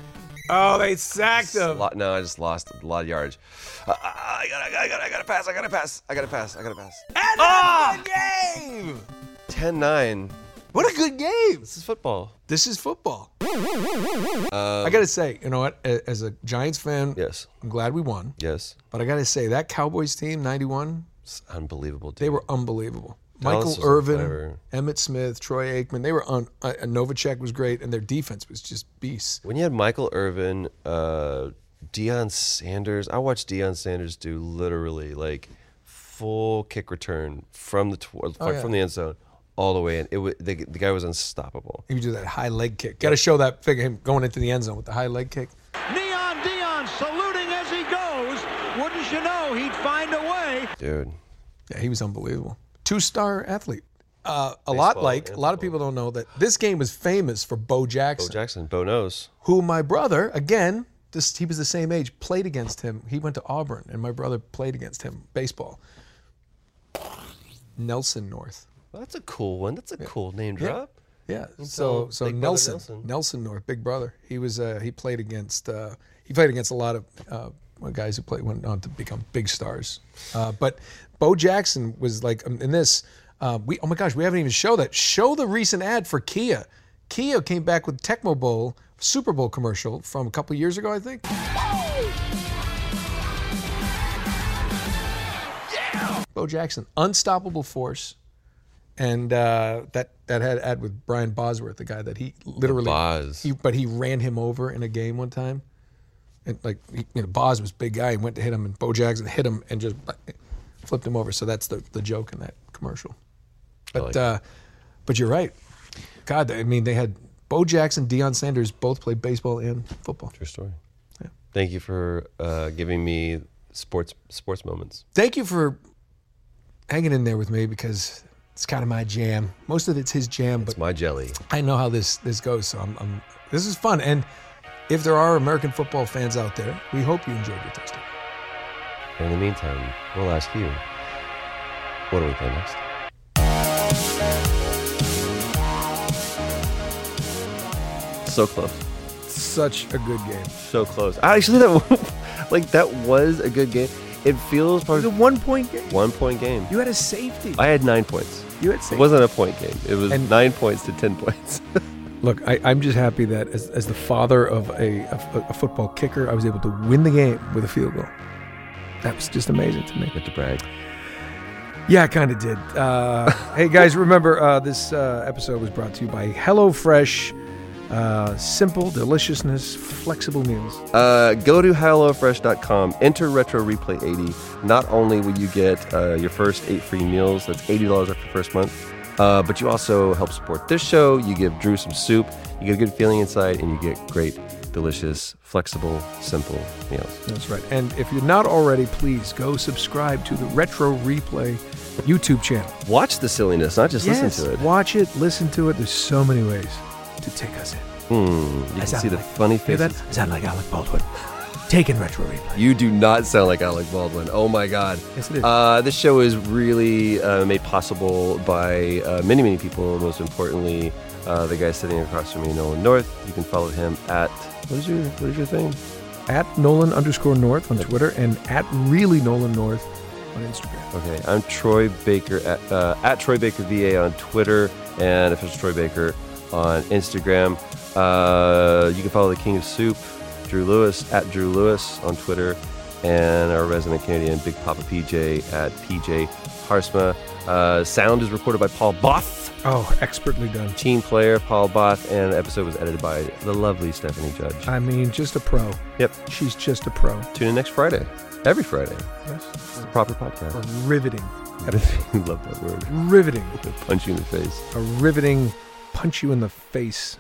[SPEAKER 1] Oh, they sacked him.
[SPEAKER 2] Lot, no, I just lost a lot of yardage. Uh, I gotta, I gotta, I gotta pass. I gotta pass. I gotta pass. I gotta pass.
[SPEAKER 1] And ah! a good game.
[SPEAKER 2] 10-9.
[SPEAKER 1] What a good game.
[SPEAKER 2] This is football.
[SPEAKER 1] This is football.
[SPEAKER 2] Um,
[SPEAKER 1] I gotta say, you know what? a- As a Giants fan,
[SPEAKER 2] Yes.
[SPEAKER 1] I'm glad we won.
[SPEAKER 2] Yes.
[SPEAKER 1] But I gotta say, that Cowboys team, '91,
[SPEAKER 2] It's unbelievable. Dude.
[SPEAKER 1] They were unbelievable.
[SPEAKER 2] Dallas was
[SPEAKER 1] Michael
[SPEAKER 2] on
[SPEAKER 1] Irvin,
[SPEAKER 2] fire.
[SPEAKER 1] Emmett Smith, Troy Aikman. They were on. Uh, and Novacek was great, and their defense was just beast.
[SPEAKER 2] When you had Michael Irvin, uh, Deion Sanders, I watched Deion Sanders do literally like full kick return from the tw-
[SPEAKER 1] Oh, yeah.
[SPEAKER 2] from the end zone all the way in. It was the, the guy was unstoppable.
[SPEAKER 1] He would do that high leg kick. Got to show that figure him going into the end zone with the high leg kick.
[SPEAKER 10] Neon Dion saluting as he goes. Wouldn't you know he'd find a way?
[SPEAKER 2] Dude,
[SPEAKER 1] Yeah, he was unbelievable. Two star athlete. Uh, a lot like a lot of people don't know that this game was famous for Bo Jackson.
[SPEAKER 2] Bo Jackson, Bo knows.
[SPEAKER 1] Who my brother again? This he was the same age. Played against him. He went to Auburn, and my brother played against him baseball. Nelson North.
[SPEAKER 2] Well, that's a cool one. That's a cool name
[SPEAKER 1] Yeah.
[SPEAKER 2] drop.
[SPEAKER 1] Yeah.
[SPEAKER 2] And
[SPEAKER 1] So
[SPEAKER 2] so
[SPEAKER 1] so
[SPEAKER 2] Big Brother
[SPEAKER 1] Nelson,
[SPEAKER 2] Nelson.
[SPEAKER 1] Nelson North, Big Brother. He was uh, he played against uh, he played against a lot of uh, well, guys who played went on to become big stars. Uh, but Bo Jackson was like um, in this. Uh, we oh my gosh, we haven't even show that. Show the recent ad for Kia. Kia came back with Tecmo Bowl Super Bowl commercial from a couple years ago, I think. Bo Jackson, unstoppable force, and uh, that that had ad with Brian Bosworth, the guy that he literally
[SPEAKER 19] Boz.
[SPEAKER 1] he but he ran him over in a game one time, and like he, you know Boz was a big guy, he went to hit him, and Bo Jackson hit him and just like, flipped him over. So that's the the joke in that commercial. But
[SPEAKER 19] like
[SPEAKER 1] uh, but you're right, God, I mean they had Bo Jackson, Deion Sanders both played baseball and football.
[SPEAKER 2] True story. Thank you for uh, giving me sports sports moments.
[SPEAKER 1] thank you for hanging in there with me because it's kind of my jam. Most of it's his jam, but
[SPEAKER 2] It's my jelly.
[SPEAKER 1] I know how this this goes. So I'm, I'm this is fun. And if there are American football fans out there, we hope you enjoyed your touchdown.
[SPEAKER 2] In the meantime, we'll ask you, what do we play next? So close.
[SPEAKER 1] Such a good game.
[SPEAKER 2] So close. Actually, that [laughs] like that was a good game. It feels probably
[SPEAKER 18] It's a one-point game.
[SPEAKER 2] One point game.
[SPEAKER 18] You had a safety.
[SPEAKER 2] I had nine points.
[SPEAKER 18] You had
[SPEAKER 2] It
[SPEAKER 18] safety.
[SPEAKER 2] wasn't a point game. It was
[SPEAKER 18] And-
[SPEAKER 2] nine points to ten points.
[SPEAKER 18] Look, I, I'm just happy that as, as the father of a, a, a football kicker, I was able to win the game with a field goal. That was just amazing to me.
[SPEAKER 2] Get to brag.
[SPEAKER 18] Yeah, I kind of did.
[SPEAKER 2] [laughs]
[SPEAKER 18] Uh, hey, guys, remember uh, this uh, episode was brought to you by HelloFresh. Uh, simple deliciousness, flexible meals.
[SPEAKER 2] Uh, go to HelloFresh.com, enter Retro Replay 80. Not only will you get uh, your first eight free meals, that's $80 after the first month, uh, but you also help support this show. You give Drew some soup, you get a good feeling inside, and you get great, delicious, flexible, simple meals.
[SPEAKER 18] That's right. And if you're not already, please go subscribe to the Retro Replay YouTube channel.
[SPEAKER 2] Watch the silliness, not just
[SPEAKER 18] Yes,
[SPEAKER 2] listen to it.
[SPEAKER 18] Watch it, listen to it. There's so many ways to take us in.
[SPEAKER 2] Hmm, you
[SPEAKER 18] I
[SPEAKER 2] can
[SPEAKER 18] sound
[SPEAKER 2] see the
[SPEAKER 18] like-
[SPEAKER 2] funny
[SPEAKER 18] Hear that?
[SPEAKER 2] faces.
[SPEAKER 18] I sound like Alec Baldwin. Taking retro replay.
[SPEAKER 2] You do not sound like Alec Baldwin. Oh my God.
[SPEAKER 18] Yes, it is.
[SPEAKER 2] Uh, this show is really uh, made possible by uh, many, many people. Most importantly, uh, the guy sitting across from me, Nolan North. You can follow him at what is your what is your thing?
[SPEAKER 18] at Nolan underscore North on Twitter and at really Nolan North on Instagram.
[SPEAKER 2] Okay, I'm Troy Baker at uh, at Troy Baker VA on Twitter and official Troy Baker on Instagram. Uh, you can follow the King of Soup, Drew Lewis at Drew Lewis on Twitter, and our resident Canadian Big Papa PJ at PJ Harsma. Uh, sound is recorded by Paul Both.
[SPEAKER 18] Oh, expertly done.
[SPEAKER 2] Team player Paul Both, and the episode was edited by the lovely Stephanie Judge.
[SPEAKER 1] Uh,
[SPEAKER 18] I mean, just a pro.
[SPEAKER 2] Yep.
[SPEAKER 18] She's just a pro.
[SPEAKER 2] Tune in next Friday, every Friday.
[SPEAKER 18] Yes.
[SPEAKER 2] It's a proper podcast.
[SPEAKER 18] Riveting.
[SPEAKER 2] [laughs] Love that word.
[SPEAKER 18] Riveting.
[SPEAKER 2] Punch you in the face.
[SPEAKER 18] A riveting punch you in the face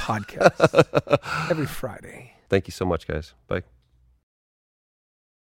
[SPEAKER 18] podcast every Friday.
[SPEAKER 2] Thank you so much, guys. Bye.